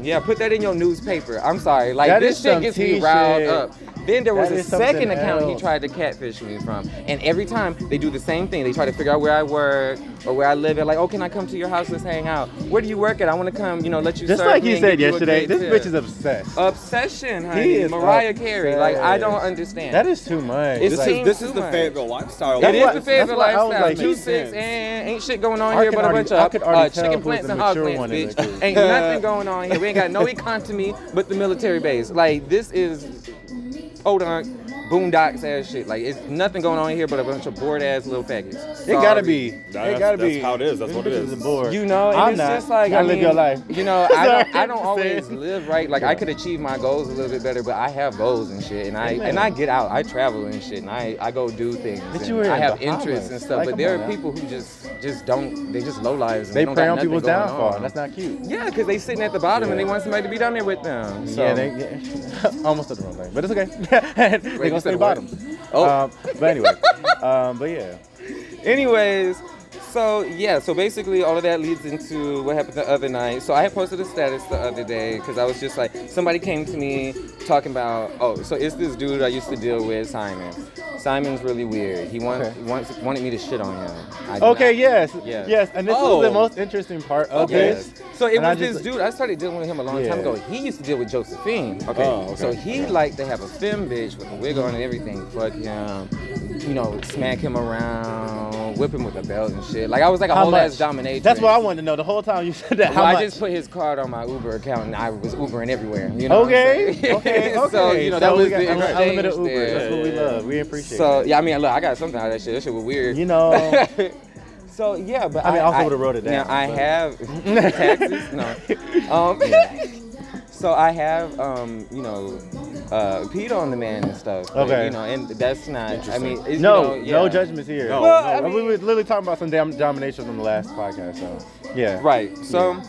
Speaker 2: Yeah, put that in your newspaper. I'm sorry. Like
Speaker 1: That
Speaker 2: this
Speaker 1: is
Speaker 2: shit
Speaker 1: some
Speaker 2: gets
Speaker 1: tea
Speaker 2: me riled
Speaker 1: shit.
Speaker 2: up. Then there was
Speaker 1: That
Speaker 2: a
Speaker 1: is something
Speaker 2: second account he
Speaker 1: else.
Speaker 2: tried to catfish me from. And every time they do the same thing. They try to figure out where I work or where I live. They're like, oh, can I come to your house? Let's hang out. Where do you work at? I want to come, you know, let you
Speaker 1: Just
Speaker 2: serve
Speaker 1: like
Speaker 2: me
Speaker 1: you
Speaker 2: and
Speaker 1: said
Speaker 2: give you a
Speaker 1: yesterday,
Speaker 2: good
Speaker 1: this
Speaker 2: tip.
Speaker 1: bitch is obsessed.
Speaker 2: obsession, honey.
Speaker 1: He is
Speaker 2: Mariah Carey. Like, I don't
Speaker 1: obsessed.
Speaker 2: understand.
Speaker 1: that is too much.
Speaker 2: It's
Speaker 3: This
Speaker 1: like,
Speaker 3: is
Speaker 2: seems
Speaker 3: this
Speaker 2: too
Speaker 3: is the
Speaker 2: much.
Speaker 3: Fayetteville lifestyle.
Speaker 2: It
Speaker 1: That's
Speaker 2: is
Speaker 1: why-
Speaker 2: the favorite
Speaker 1: that's why I was
Speaker 2: lifestyle.
Speaker 1: like,
Speaker 2: Two
Speaker 1: makes
Speaker 2: six
Speaker 3: sense.
Speaker 2: and ain't shit going on
Speaker 1: I
Speaker 2: here
Speaker 1: can
Speaker 2: but a
Speaker 1: already-
Speaker 2: bunch
Speaker 1: I
Speaker 2: of
Speaker 1: could already
Speaker 2: uh,
Speaker 1: tell
Speaker 2: chicken
Speaker 1: who's
Speaker 2: plants
Speaker 1: the
Speaker 2: and hog
Speaker 1: mature
Speaker 2: plants,
Speaker 1: one in this
Speaker 2: bitch.
Speaker 1: group.
Speaker 2: Ain't nothing going on here. We ain't got no economy but the military base. Like this is podunk boondocks ass shit. Like it's nothing going on here but a bunch of bored ass little faggots.
Speaker 1: it gotta be.
Speaker 3: That's-
Speaker 1: it gotta
Speaker 3: that's
Speaker 1: be.
Speaker 3: how it is. That's
Speaker 1: This
Speaker 3: what it
Speaker 1: bitch
Speaker 3: is.
Speaker 1: a bore.
Speaker 2: You know, and
Speaker 1: I'm
Speaker 2: it's
Speaker 1: not.
Speaker 2: just like
Speaker 1: you gotta
Speaker 2: I
Speaker 1: live
Speaker 2: mean,
Speaker 1: your life.
Speaker 2: You know, I don't,
Speaker 1: Sorry,
Speaker 2: I
Speaker 1: I'm
Speaker 2: don't
Speaker 1: just
Speaker 2: always
Speaker 1: saying.
Speaker 2: live right. Like I could achieve my goals a little bit better, but I have goals and shit, and I
Speaker 1: Amen.
Speaker 2: and I get out, I travel and shit, and I, I go do things.
Speaker 1: But
Speaker 2: and
Speaker 1: you were
Speaker 2: I
Speaker 1: in
Speaker 2: have
Speaker 1: Bahamas.
Speaker 2: interests and stuff,
Speaker 1: Like,
Speaker 2: but
Speaker 1: come on
Speaker 2: there are
Speaker 1: now.
Speaker 2: people who just just don't. They just low lives. And
Speaker 1: They
Speaker 2: don't
Speaker 1: prey
Speaker 2: got
Speaker 1: on
Speaker 2: nothing
Speaker 1: people's
Speaker 2: going
Speaker 1: downfall.
Speaker 2: on.
Speaker 1: That's not cute.
Speaker 2: yeah, because they sitting at the bottom and they
Speaker 1: Yeah.
Speaker 2: want somebody to be down there with them. So.
Speaker 1: Yeah, they, yeah. almost said the wrong thing, but it's okay. they
Speaker 2: you
Speaker 1: gonna
Speaker 2: said
Speaker 1: stay
Speaker 2: what?
Speaker 1: bottom.
Speaker 2: Oh.
Speaker 1: Um, but anyway, um, but yeah,
Speaker 2: Anyways, so yeah, so basically all of that leads into what happened the other night. So I had posted a status the other day because I was just like, somebody came to me talking about, oh, so it's this dude I used to deal with, Simon. Simon's really weird. He want,
Speaker 1: Okay.
Speaker 2: wants, wanted me to shit on him. I did
Speaker 1: okay,
Speaker 2: not.
Speaker 1: yes,
Speaker 2: Yeah.
Speaker 1: yes, and this was
Speaker 2: Oh.
Speaker 1: the most interesting part of
Speaker 2: Yes.
Speaker 1: this.
Speaker 2: So it
Speaker 1: And I
Speaker 2: was this
Speaker 1: just-
Speaker 2: dude. I started dealing with him a long time
Speaker 1: Yeah.
Speaker 2: ago. He used to deal with Josephine. Okay.
Speaker 3: Oh, okay.
Speaker 2: So he liked to have a femme bitch with a wig on and everything. Fuck him. You know, smack him around, whip him with a belt and shit. Like I was like a
Speaker 1: How
Speaker 2: whole
Speaker 1: much?
Speaker 2: ass dominatrix.
Speaker 1: That's what I wanted to know the whole time you said that. How
Speaker 2: Well,
Speaker 1: much?
Speaker 2: I just put his card on my Uber account and I was Ubering everywhere. You know what I'm
Speaker 1: okay,
Speaker 2: saying?
Speaker 1: okay, okay.
Speaker 2: so you know that
Speaker 1: So we
Speaker 2: was
Speaker 1: got
Speaker 2: the
Speaker 1: un- unlimited
Speaker 2: exchange
Speaker 1: Uber.
Speaker 2: there.
Speaker 1: That's what we love. We appreciate.
Speaker 2: So yeah, I mean, look, I got something out of that shit. That shit was weird.
Speaker 1: that. you know,
Speaker 2: So yeah, but
Speaker 1: I mean, I also
Speaker 2: I-
Speaker 1: would've wrote it down,
Speaker 2: Now I
Speaker 1: but-
Speaker 2: have taxes. No. Um, so I have, um, you know, uh, peed on the man and stuff. but,
Speaker 1: Okay.
Speaker 2: you know, and that's not. I mean, it's,
Speaker 1: no,
Speaker 2: you know,
Speaker 1: no
Speaker 2: yeah.
Speaker 1: judgments here.
Speaker 3: No,
Speaker 2: Well, no. I
Speaker 1: we
Speaker 2: mean-
Speaker 1: were literally talking about some damn domination on the last podcast. So yeah,
Speaker 2: Right. So.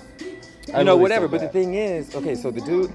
Speaker 1: I
Speaker 2: You know,
Speaker 1: really
Speaker 2: whatever.
Speaker 1: feel
Speaker 2: But the
Speaker 1: bad.
Speaker 2: thing is, okay. So the dude,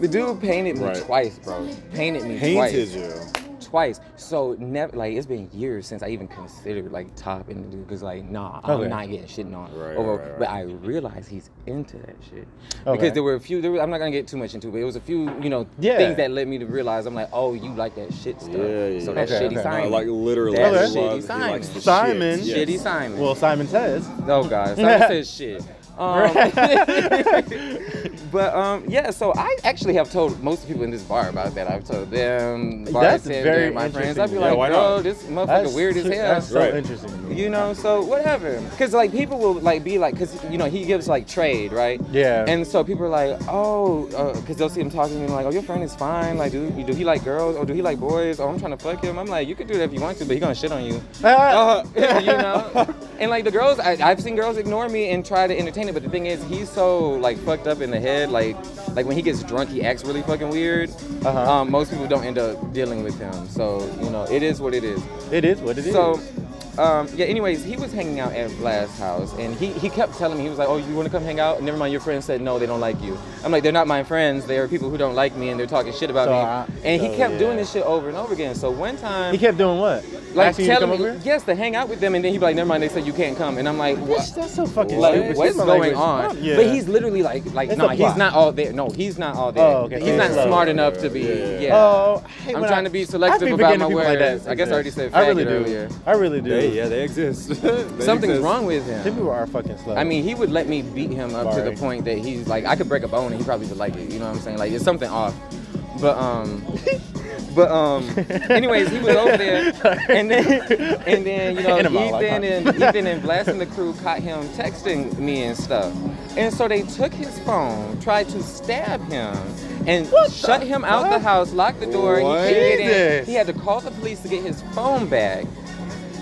Speaker 2: the dude painted me
Speaker 3: Right.
Speaker 2: twice, bro. Painted me
Speaker 3: Painted
Speaker 2: twice.
Speaker 3: you.
Speaker 2: twice. So never like it's been years since I even considered like top in the dude because like nah, I'm
Speaker 1: Okay.
Speaker 2: not getting shitting on.
Speaker 3: Right,
Speaker 2: over,
Speaker 3: right, right.
Speaker 2: But I realized he's into that shit
Speaker 1: Okay.
Speaker 2: because there were a few. There were, I'm not gonna get too much into it. But it was a few you know
Speaker 1: Yeah.
Speaker 2: things that led me to realize I'm like oh you like that shit stuff.
Speaker 3: Yeah, yeah,
Speaker 2: so
Speaker 3: yeah.
Speaker 2: that
Speaker 1: Okay,
Speaker 2: shitty
Speaker 1: okay.
Speaker 2: Simon.
Speaker 3: No, like literally.
Speaker 2: That
Speaker 1: Okay.
Speaker 3: he
Speaker 2: shitty
Speaker 3: loves- he
Speaker 2: Simon.
Speaker 3: likes the shit.
Speaker 1: Simon.
Speaker 3: Yes.
Speaker 2: Shitty Simon.
Speaker 1: Well, Simon says.
Speaker 2: Oh God, Simon says shit. Um, but um, yeah, so I actually have told most people in this bar about that. I've told them, the
Speaker 1: That's
Speaker 2: bartender,
Speaker 1: very
Speaker 2: my friends.
Speaker 1: interesting.
Speaker 2: I'd be
Speaker 1: Yeah,
Speaker 2: like,
Speaker 3: why
Speaker 2: bro,
Speaker 3: not?
Speaker 2: this motherfucker
Speaker 1: That's
Speaker 2: weird as
Speaker 1: too-
Speaker 2: hell.
Speaker 1: That's so
Speaker 3: Right.
Speaker 1: interesting. to me.
Speaker 2: You know, so whatever. Cause like people will like be like, cause you know he gives like trade, right?
Speaker 1: Yeah.
Speaker 2: And so people are like, oh, uh, cause they'll see him talking to me like, oh, your friend is fine. Like, do do he like girls or do he like boys? Oh, I'm trying to fuck him. I'm like, you could do that if you want to, but he gonna shit on you.
Speaker 1: Ah,
Speaker 2: Uh, you know, and like the girls, I, I've seen girls ignore me and try to entertain it, but the thing is, he's so like fucked up in the head. Like, like when he gets drunk, he acts really fucking weird.
Speaker 1: Uh-huh.
Speaker 2: Um, most people don't end up dealing with him, so you know, it is what it is.
Speaker 1: it is what it is.
Speaker 2: So, um, yeah, anyways, he was hanging out at Vlad's house and he, he kept telling me, he was like, Oh, you want to come hang out? Never mind, your friends said no, they don't like you. I'm like, They're not my friends. They are people who don't like me and they're talking shit about
Speaker 1: So
Speaker 2: me.
Speaker 1: I-
Speaker 2: and he
Speaker 1: so,
Speaker 2: kept
Speaker 1: yeah.
Speaker 2: doing this shit over and over again. So one time,
Speaker 1: He kept doing what?
Speaker 2: like
Speaker 1: Asking you to come
Speaker 2: telling me,
Speaker 1: over?
Speaker 2: yes, to hang out with them. And then he'd be like, Never mind, they said you can't come. And I'm like, What?
Speaker 1: Bitch, that's so fucking
Speaker 2: Like,
Speaker 1: stupid.
Speaker 2: what's
Speaker 1: Excuse my
Speaker 2: going
Speaker 1: language.
Speaker 2: on?
Speaker 1: Yeah.
Speaker 2: But he's literally like, like,
Speaker 1: It's
Speaker 2: no,
Speaker 1: a
Speaker 2: he's
Speaker 1: plot.
Speaker 2: not all there. No, he's not all there.
Speaker 1: Oh, okay.
Speaker 2: He's not
Speaker 1: Yeah.
Speaker 2: smart enough to be. Yeah.
Speaker 1: Oh, I hate
Speaker 2: I'm
Speaker 1: when
Speaker 2: trying
Speaker 1: I-
Speaker 2: to be
Speaker 1: I
Speaker 2: selective
Speaker 1: be
Speaker 2: about
Speaker 1: forgetting
Speaker 2: my
Speaker 1: people like that
Speaker 2: words. I guess I already said
Speaker 1: I really
Speaker 2: faggot
Speaker 1: do.
Speaker 2: earlier.
Speaker 1: I really do.
Speaker 3: They, yeah, they exist. They
Speaker 2: Something's
Speaker 3: exist.
Speaker 2: wrong with
Speaker 1: Them
Speaker 2: him.
Speaker 1: people are fucking slow.
Speaker 2: I mean, he would let me beat him up to
Speaker 1: Sorry.
Speaker 2: the point that he's like, I could break a bone and he probably would like it. You know what I'm saying? Like, there's something off. But um, but um, anyways, he was over there, and then and then you know
Speaker 1: In a monologue,
Speaker 2: Ethan
Speaker 1: huh?
Speaker 2: and Ethan and Blast and the crew caught him texting me and stuff, and so they took his phone, tried to stab him, and shut him out the
Speaker 1: fuck?
Speaker 2: house, locked the door.
Speaker 3: What?
Speaker 2: He couldn't get in.
Speaker 1: Jesus.
Speaker 2: He had to call the police to get his phone back.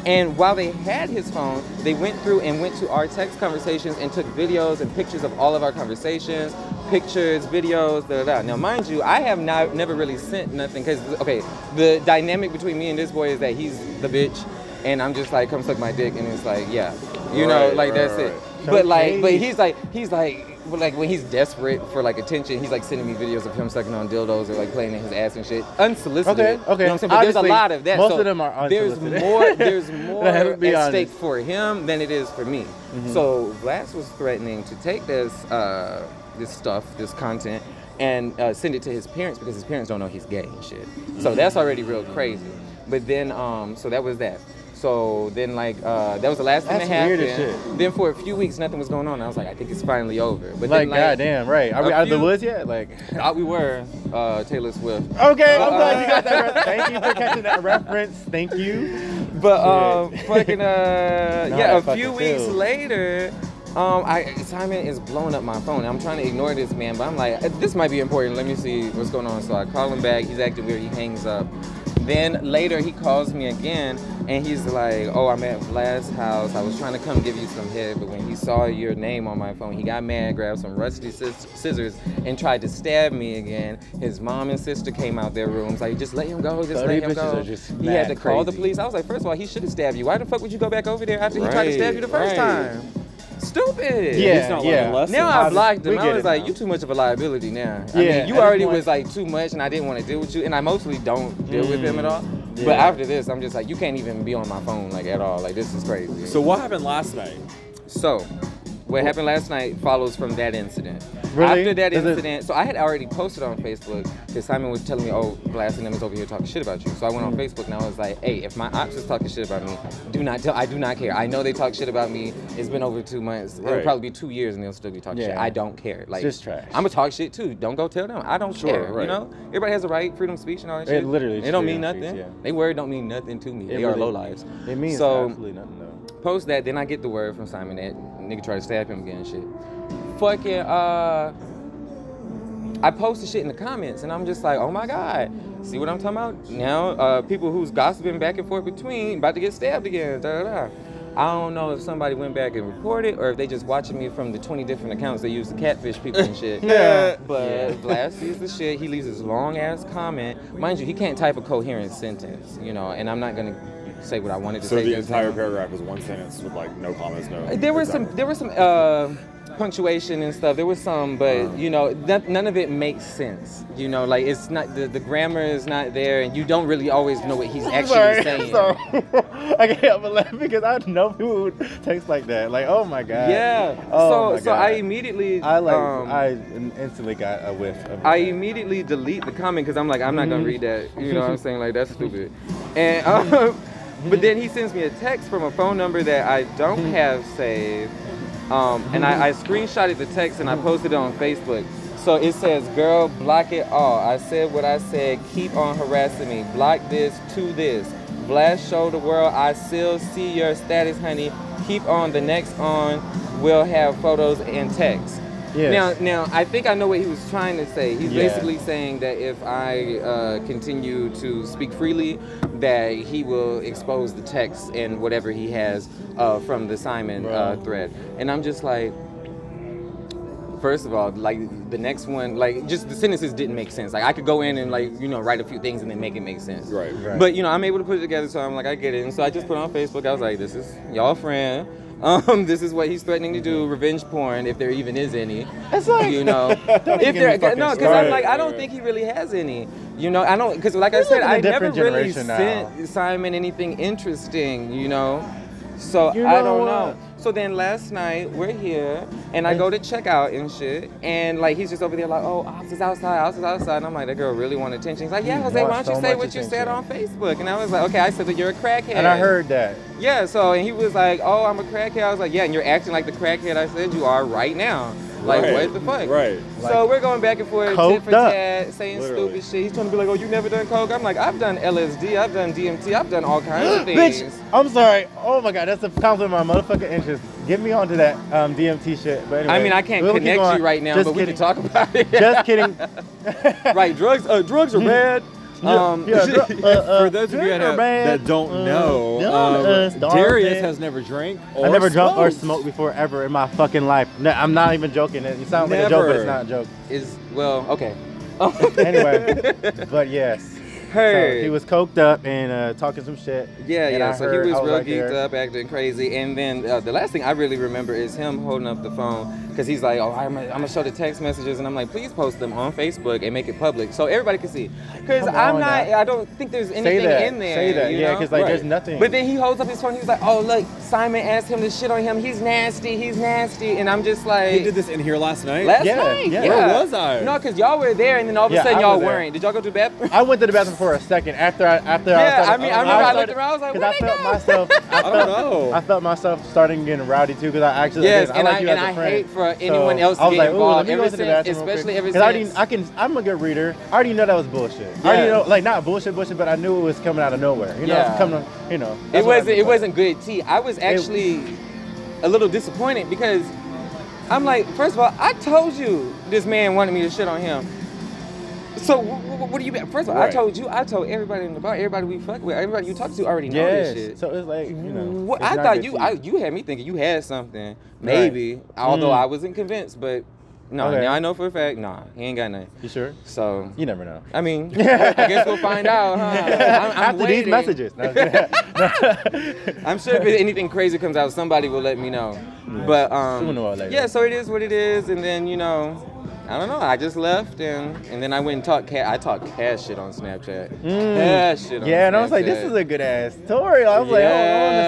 Speaker 2: And while they had his phone, they went through and went to our text conversations and took videos and pictures of all of our conversations, pictures, videos, da da da. Now, mind you, I have not never really sent nothing because okay, the dynamic between me and this boy is that he's the bitch, and I'm just like, come suck my dick, and it's like, yeah, you know,
Speaker 3: Right,
Speaker 2: like
Speaker 3: right,
Speaker 2: that's
Speaker 3: right.
Speaker 2: it. But like, but
Speaker 1: Okay.
Speaker 2: he's like, he's like. well, Like when he's desperate for like attention, he's like sending me videos of him sucking on dildos or like playing in his ass and shit, unsolicited.
Speaker 1: Okay,
Speaker 2: You know what
Speaker 1: okay.
Speaker 2: I'm saying? But there's a
Speaker 1: Obviously,
Speaker 2: lot of that.
Speaker 1: most
Speaker 2: so
Speaker 1: of them are
Speaker 2: There's
Speaker 1: unsolicited.
Speaker 2: more. There's more
Speaker 1: Let me
Speaker 2: at
Speaker 1: be
Speaker 2: stake
Speaker 1: honest. Mm-hmm.
Speaker 2: for him than it is for me. So Vlas was threatening to take this uh, this stuff, this content, and uh, send it to his parents because his parents don't know he's gay and shit.
Speaker 1: Mm-hmm.
Speaker 2: So that's already real crazy. But then, um, so that was that. So then, like, uh, that was the last thing that
Speaker 1: That's
Speaker 2: happened.
Speaker 1: weird as shit.
Speaker 2: Then for a few weeks, nothing was going on. I was like, I think it's finally over.
Speaker 1: like,
Speaker 2: But then, like,
Speaker 1: goddamn, right? Are we
Speaker 2: a
Speaker 1: out of the
Speaker 2: few-
Speaker 1: woods yet? Like, okay,
Speaker 2: thought we were uh, Taylor Swift.
Speaker 1: I'm glad you got that. Re- Thank you for catching that reference. Thank you.
Speaker 2: But um, fucking uh,
Speaker 1: Nah,
Speaker 2: yeah,
Speaker 1: I
Speaker 2: a few
Speaker 1: fucking
Speaker 2: weeks
Speaker 1: feel.
Speaker 2: later, um, I Simon is blowing up my phone. I'm trying to ignore this man, but I'm like, uh, this might be important. Let me see what's going on. So I call him back. He's acting weird. He hangs up. Then later he calls me again, and he's like, "Oh, I'm at Vlad's house. I was trying to come give you some head, but when he saw your name on my phone, he got mad, grabbed some rusty scis- scissors, and tried to stab me again. His mom and sister came out their rooms like, just let him go, just
Speaker 1: So
Speaker 2: let
Speaker 1: these
Speaker 2: him
Speaker 1: bitches
Speaker 2: go.
Speaker 1: are just
Speaker 2: he
Speaker 1: mad
Speaker 2: had to call the
Speaker 1: crazy.
Speaker 2: police. I was like, first of all, he should have stabbed you. Why the fuck would you go back over there after he tried to stab you the first
Speaker 3: Right, right.
Speaker 2: time? Stupid.
Speaker 1: Yeah,
Speaker 3: He's not
Speaker 1: yeah.
Speaker 3: learning lessons.
Speaker 2: Now I blocked him.
Speaker 1: We
Speaker 2: I
Speaker 1: get
Speaker 2: was
Speaker 1: it
Speaker 2: like,
Speaker 1: now.
Speaker 2: you too much of a liability now. I
Speaker 1: Yeah,
Speaker 2: mean, you
Speaker 1: at this
Speaker 2: already
Speaker 1: point-
Speaker 2: was like too much, and I didn't want to deal with you. And I mostly don't deal with him at all. But
Speaker 1: Mm. yeah.
Speaker 2: after this, I'm just like, you can't even be on my phone like at all. Like this is crazy.
Speaker 3: So what happened last night?
Speaker 2: So, what happened last night follows from that incident.
Speaker 1: Really?
Speaker 2: After that
Speaker 1: Does it-
Speaker 2: incident, so I had already posted on Facebook because Simon was telling me, "Oh, Blast and them is over here talking shit about you." So I
Speaker 1: Hmm.
Speaker 2: went on Facebook and I was like, "Hey, if my ops is talking shit about me, do not tell. I do not care. I know they talk shit about me. It's been over two months. It'll
Speaker 3: Right.
Speaker 2: probably be two years and they'll still be talking shit.
Speaker 1: Yeah.
Speaker 2: I don't care. Like,
Speaker 1: Just trash.
Speaker 2: I'm gonna talk shit too. Don't go tell them. I don't
Speaker 3: Sure,
Speaker 2: care. You
Speaker 3: right.
Speaker 2: know, everybody has a right, freedom of speech and all that
Speaker 1: It
Speaker 2: shit.
Speaker 1: literally
Speaker 2: it
Speaker 1: is
Speaker 2: don't mean
Speaker 1: freedom of
Speaker 2: nothing.
Speaker 1: speech, yeah.
Speaker 2: They word don't mean nothing to me.
Speaker 1: It
Speaker 2: they are
Speaker 1: really-
Speaker 2: low lives.
Speaker 1: It means
Speaker 2: so,
Speaker 1: absolutely nothing though.
Speaker 2: post that, then I get the word from Simon that nigga tried to stab him again and shit. Fucking uh I posted shit in the comments and I'm just like, oh my god, see what I'm talking about? Now uh people who's gossiping back and forth between about to get stabbed again, da da da. I don't know if somebody went back and reported or if they just watching me from the 20 different accounts they use to catfish people and shit.
Speaker 1: Yeah.
Speaker 2: But Blast sees the shit. He leaves his long ass comment. Mind you, he can't type a coherent sentence, you know, and I'm not gonna say what I wanted to
Speaker 3: So
Speaker 2: say.
Speaker 3: the
Speaker 2: just
Speaker 3: entire
Speaker 2: now.
Speaker 3: paragraph was one sentence with like no commas, no.
Speaker 2: There was
Speaker 3: exact-
Speaker 2: some. There was some uh, punctuation and stuff. There was some, but you know, none, none of it makes sense. You know, like it's not the, the grammar is not there, and you don't really always know what he's actually
Speaker 1: sorry,
Speaker 2: saying.
Speaker 1: sorry. I can't help but laugh because I know people would text like that. Like, oh my god.
Speaker 2: Yeah.
Speaker 1: Oh my
Speaker 2: so so I
Speaker 1: God.
Speaker 2: immediately.
Speaker 1: I like
Speaker 2: um,
Speaker 1: I in- instantly got a whiff of
Speaker 2: I
Speaker 1: that.
Speaker 2: immediately delete the comment because I'm like, I'm not gonna read that. You know what I'm saying? Like that's stupid. And um, but then he sends me a text from a phone number that I don't have saved. Um, and I, I screenshotted the text and I posted it on Facebook. So it says, "Girl, block it all. I said what I said. Keep on harassing me. Block this to this. Blast show the world. I still see your status, honey. Keep on. The next on will have photos and text."
Speaker 1: Yes.
Speaker 2: Now, now, I think I know what he was trying to say. He's
Speaker 1: Yeah.
Speaker 2: basically saying that if I uh, continue to speak freely, that he will expose the text and whatever he has uh, from the Simon uh,
Speaker 1: Right.
Speaker 2: thread. And I'm just like, First of all, like the next one, like just the sentences didn't make sense. Like I could go in and like you know write a few things and then make it make sense.
Speaker 3: Right.
Speaker 1: Right.
Speaker 2: But you know I'm able to put it together, so I'm like I get it. And so I just put it on Facebook. I was like, this is y'all friend. Um, this is what he's threatening to do, revenge porn, if there even is any. It's like you know,
Speaker 1: Don't even get
Speaker 2: if there
Speaker 1: me fucking
Speaker 2: no, because I'm
Speaker 1: started.
Speaker 2: like I don't think he really has any. You know, I don't because like I
Speaker 1: We live
Speaker 2: said,
Speaker 1: in a
Speaker 2: I never
Speaker 1: different
Speaker 2: really
Speaker 1: generation now.
Speaker 2: sent Simon anything interesting. You know, so
Speaker 1: You
Speaker 2: I
Speaker 1: know
Speaker 2: don't
Speaker 1: what?
Speaker 2: know. So then last night we're here and I go to check out and shit and like he's just over there like oh Ops is outside Ops is outside and I'm like that girl really want attention. He's like yeah
Speaker 1: He
Speaker 2: Jose why
Speaker 1: wants
Speaker 2: don't you
Speaker 1: so
Speaker 2: say
Speaker 1: much
Speaker 2: what you said
Speaker 1: attention.
Speaker 2: on Facebook and I was like okay I said that you're a crackhead
Speaker 1: And I heard that.
Speaker 2: yeah so and he was like oh I'm a crackhead I was like yeah and you're acting like the crackhead I said you are right now like
Speaker 3: Right.
Speaker 2: what the fuck
Speaker 3: Right.
Speaker 2: so we're going back and forth, tit
Speaker 1: Coked
Speaker 2: for
Speaker 1: up.
Speaker 2: tat, saying
Speaker 3: Literally.
Speaker 2: stupid shit. He's trying to be like, "Oh, you never done coke?" I'm like, "I've done LSD, I've done DMT, I've done all kinds of things."
Speaker 1: Bitch, I'm sorry. Oh my god, that's a compliment of my motherfucking interest. Get me onto that um, DMT shit. But anyway,
Speaker 2: I mean, I can't
Speaker 1: we'll keep
Speaker 2: connect
Speaker 1: going.
Speaker 2: you right now,
Speaker 1: Just
Speaker 2: but we
Speaker 1: kidding.
Speaker 2: can talk about it.
Speaker 1: Just kidding. Mm-hmm.
Speaker 2: right, drugs. Uh, drugs are bad. Um,
Speaker 1: Yeah, uh, uh,
Speaker 3: For those of you
Speaker 1: drink
Speaker 3: that,
Speaker 1: or bad,
Speaker 3: that don't
Speaker 1: uh,
Speaker 3: know,
Speaker 1: don't,
Speaker 3: um,
Speaker 1: uh, starve
Speaker 3: Darius
Speaker 1: it.
Speaker 3: has never drank or
Speaker 1: I never
Speaker 3: smoked.
Speaker 1: drunk or smoked before ever in my fucking life. No, I'm not even joking. It sounds like a joke, but
Speaker 3: Never.
Speaker 1: it's not a joke.
Speaker 2: is well, okay.
Speaker 1: Anyway, but yes.
Speaker 2: Hey.
Speaker 1: So he was coked up and uh, talking some shit.
Speaker 2: Yeah,
Speaker 1: and
Speaker 2: yeah.
Speaker 1: I
Speaker 2: so
Speaker 1: heard-
Speaker 2: he was
Speaker 1: I
Speaker 2: real
Speaker 1: right
Speaker 2: geeked
Speaker 1: there.
Speaker 2: up, acting crazy. And then uh, the last thing I really remember is him holding up the phone because he's like, "Oh, I'm gonna I'm gonna show the text messages," and I'm like, "Please post them on Facebook and make it public so everybody can see." Because
Speaker 1: Come
Speaker 2: I'm
Speaker 1: on
Speaker 2: not.
Speaker 1: now.
Speaker 2: I don't think there's anything
Speaker 1: Say that.
Speaker 2: in there.
Speaker 1: Say that.
Speaker 2: you
Speaker 1: Yeah,
Speaker 2: know?
Speaker 1: because like
Speaker 3: Right.
Speaker 1: there's nothing.
Speaker 2: But then he holds up his phone. He's like, "Oh, look, Simon asked him to shit on him. He's nasty. He's nasty." And I'm just like,
Speaker 3: He did this in here last night.
Speaker 2: "Last
Speaker 1: Yeah,
Speaker 2: night,
Speaker 1: yeah.
Speaker 2: yeah.
Speaker 3: Where was I?
Speaker 2: No, because y'all were there, and then all of a
Speaker 1: Yeah,
Speaker 2: sudden
Speaker 1: I
Speaker 2: y'all
Speaker 1: was there.
Speaker 2: weren't. Did y'all go to the bathroom?
Speaker 1: I went to the bathroom for a second after I after
Speaker 2: Yeah,
Speaker 1: I started.
Speaker 2: I mean, I remember I looked
Speaker 1: started-
Speaker 2: around, I was like,
Speaker 1: 'cause
Speaker 2: "Where'd they go?"
Speaker 1: felt myself. I,
Speaker 3: I
Speaker 1: felt,
Speaker 3: don't know.
Speaker 1: I felt myself starting getting rowdy too because I actually
Speaker 2: Yes,
Speaker 1: I,
Speaker 2: and
Speaker 1: like
Speaker 2: I-
Speaker 1: you
Speaker 2: and
Speaker 1: as a
Speaker 2: I
Speaker 1: friend.
Speaker 2: hate for
Speaker 1: So,
Speaker 2: anyone else to
Speaker 1: I was
Speaker 2: get
Speaker 1: like, ooh, let
Speaker 2: involved
Speaker 1: me
Speaker 2: ever
Speaker 1: go to the
Speaker 2: since-
Speaker 1: bathroom, real
Speaker 2: especially
Speaker 1: quick.
Speaker 2: ever
Speaker 1: 'Cause I already,
Speaker 2: since-
Speaker 1: I can, I'm a good reader. I already know that was bullshit. I already
Speaker 2: Yeah.
Speaker 1: know, like not bullshit, bullshit, but I knew it was coming out of nowhere. You know,
Speaker 2: Yeah.
Speaker 1: coming, you know.
Speaker 2: it
Speaker 1: that's what I
Speaker 2: wasn't
Speaker 1: mean
Speaker 2: it
Speaker 1: by
Speaker 2: wasn't good tea i was actually a little disappointed because i'm like first of all i told you this man wanted me to shit on him so wh- wh- what do you mean? first of all i
Speaker 3: Right.
Speaker 2: told you i told everybody in the bar everybody we fuck with everybody you talk to already know
Speaker 1: Yes.
Speaker 2: this shit
Speaker 1: So it's like, you know.
Speaker 2: What-
Speaker 1: it's
Speaker 2: I
Speaker 1: not
Speaker 2: thought
Speaker 1: good
Speaker 2: you
Speaker 1: to
Speaker 2: I, you had me thinking you had something,
Speaker 1: Right.
Speaker 2: maybe. Although
Speaker 1: Mm.
Speaker 2: I wasn't convinced, but no,
Speaker 1: Okay.
Speaker 2: now I know for a fact, nah, he ain't got nothing.
Speaker 1: You sure?
Speaker 2: So
Speaker 1: You never know.
Speaker 2: I mean, I guess we'll find out. Huh? I'm, I'm
Speaker 1: After these
Speaker 2: waiting.
Speaker 1: messages. No, I'm kidding.
Speaker 2: I'm sure if anything crazy comes out, somebody will let me know. But um,
Speaker 1: Sooner or later.
Speaker 2: yeah, so it is what it is, and then you know, I don't know. I just left, and and then I went and talked cat. I talked cash shit on Snapchat. Cash shit.
Speaker 1: Mm.
Speaker 2: On
Speaker 1: yeah, and I was like, this
Speaker 2: Snapchat.
Speaker 1: is a good ass story. I was like,
Speaker 2: Yeah,
Speaker 1: hold on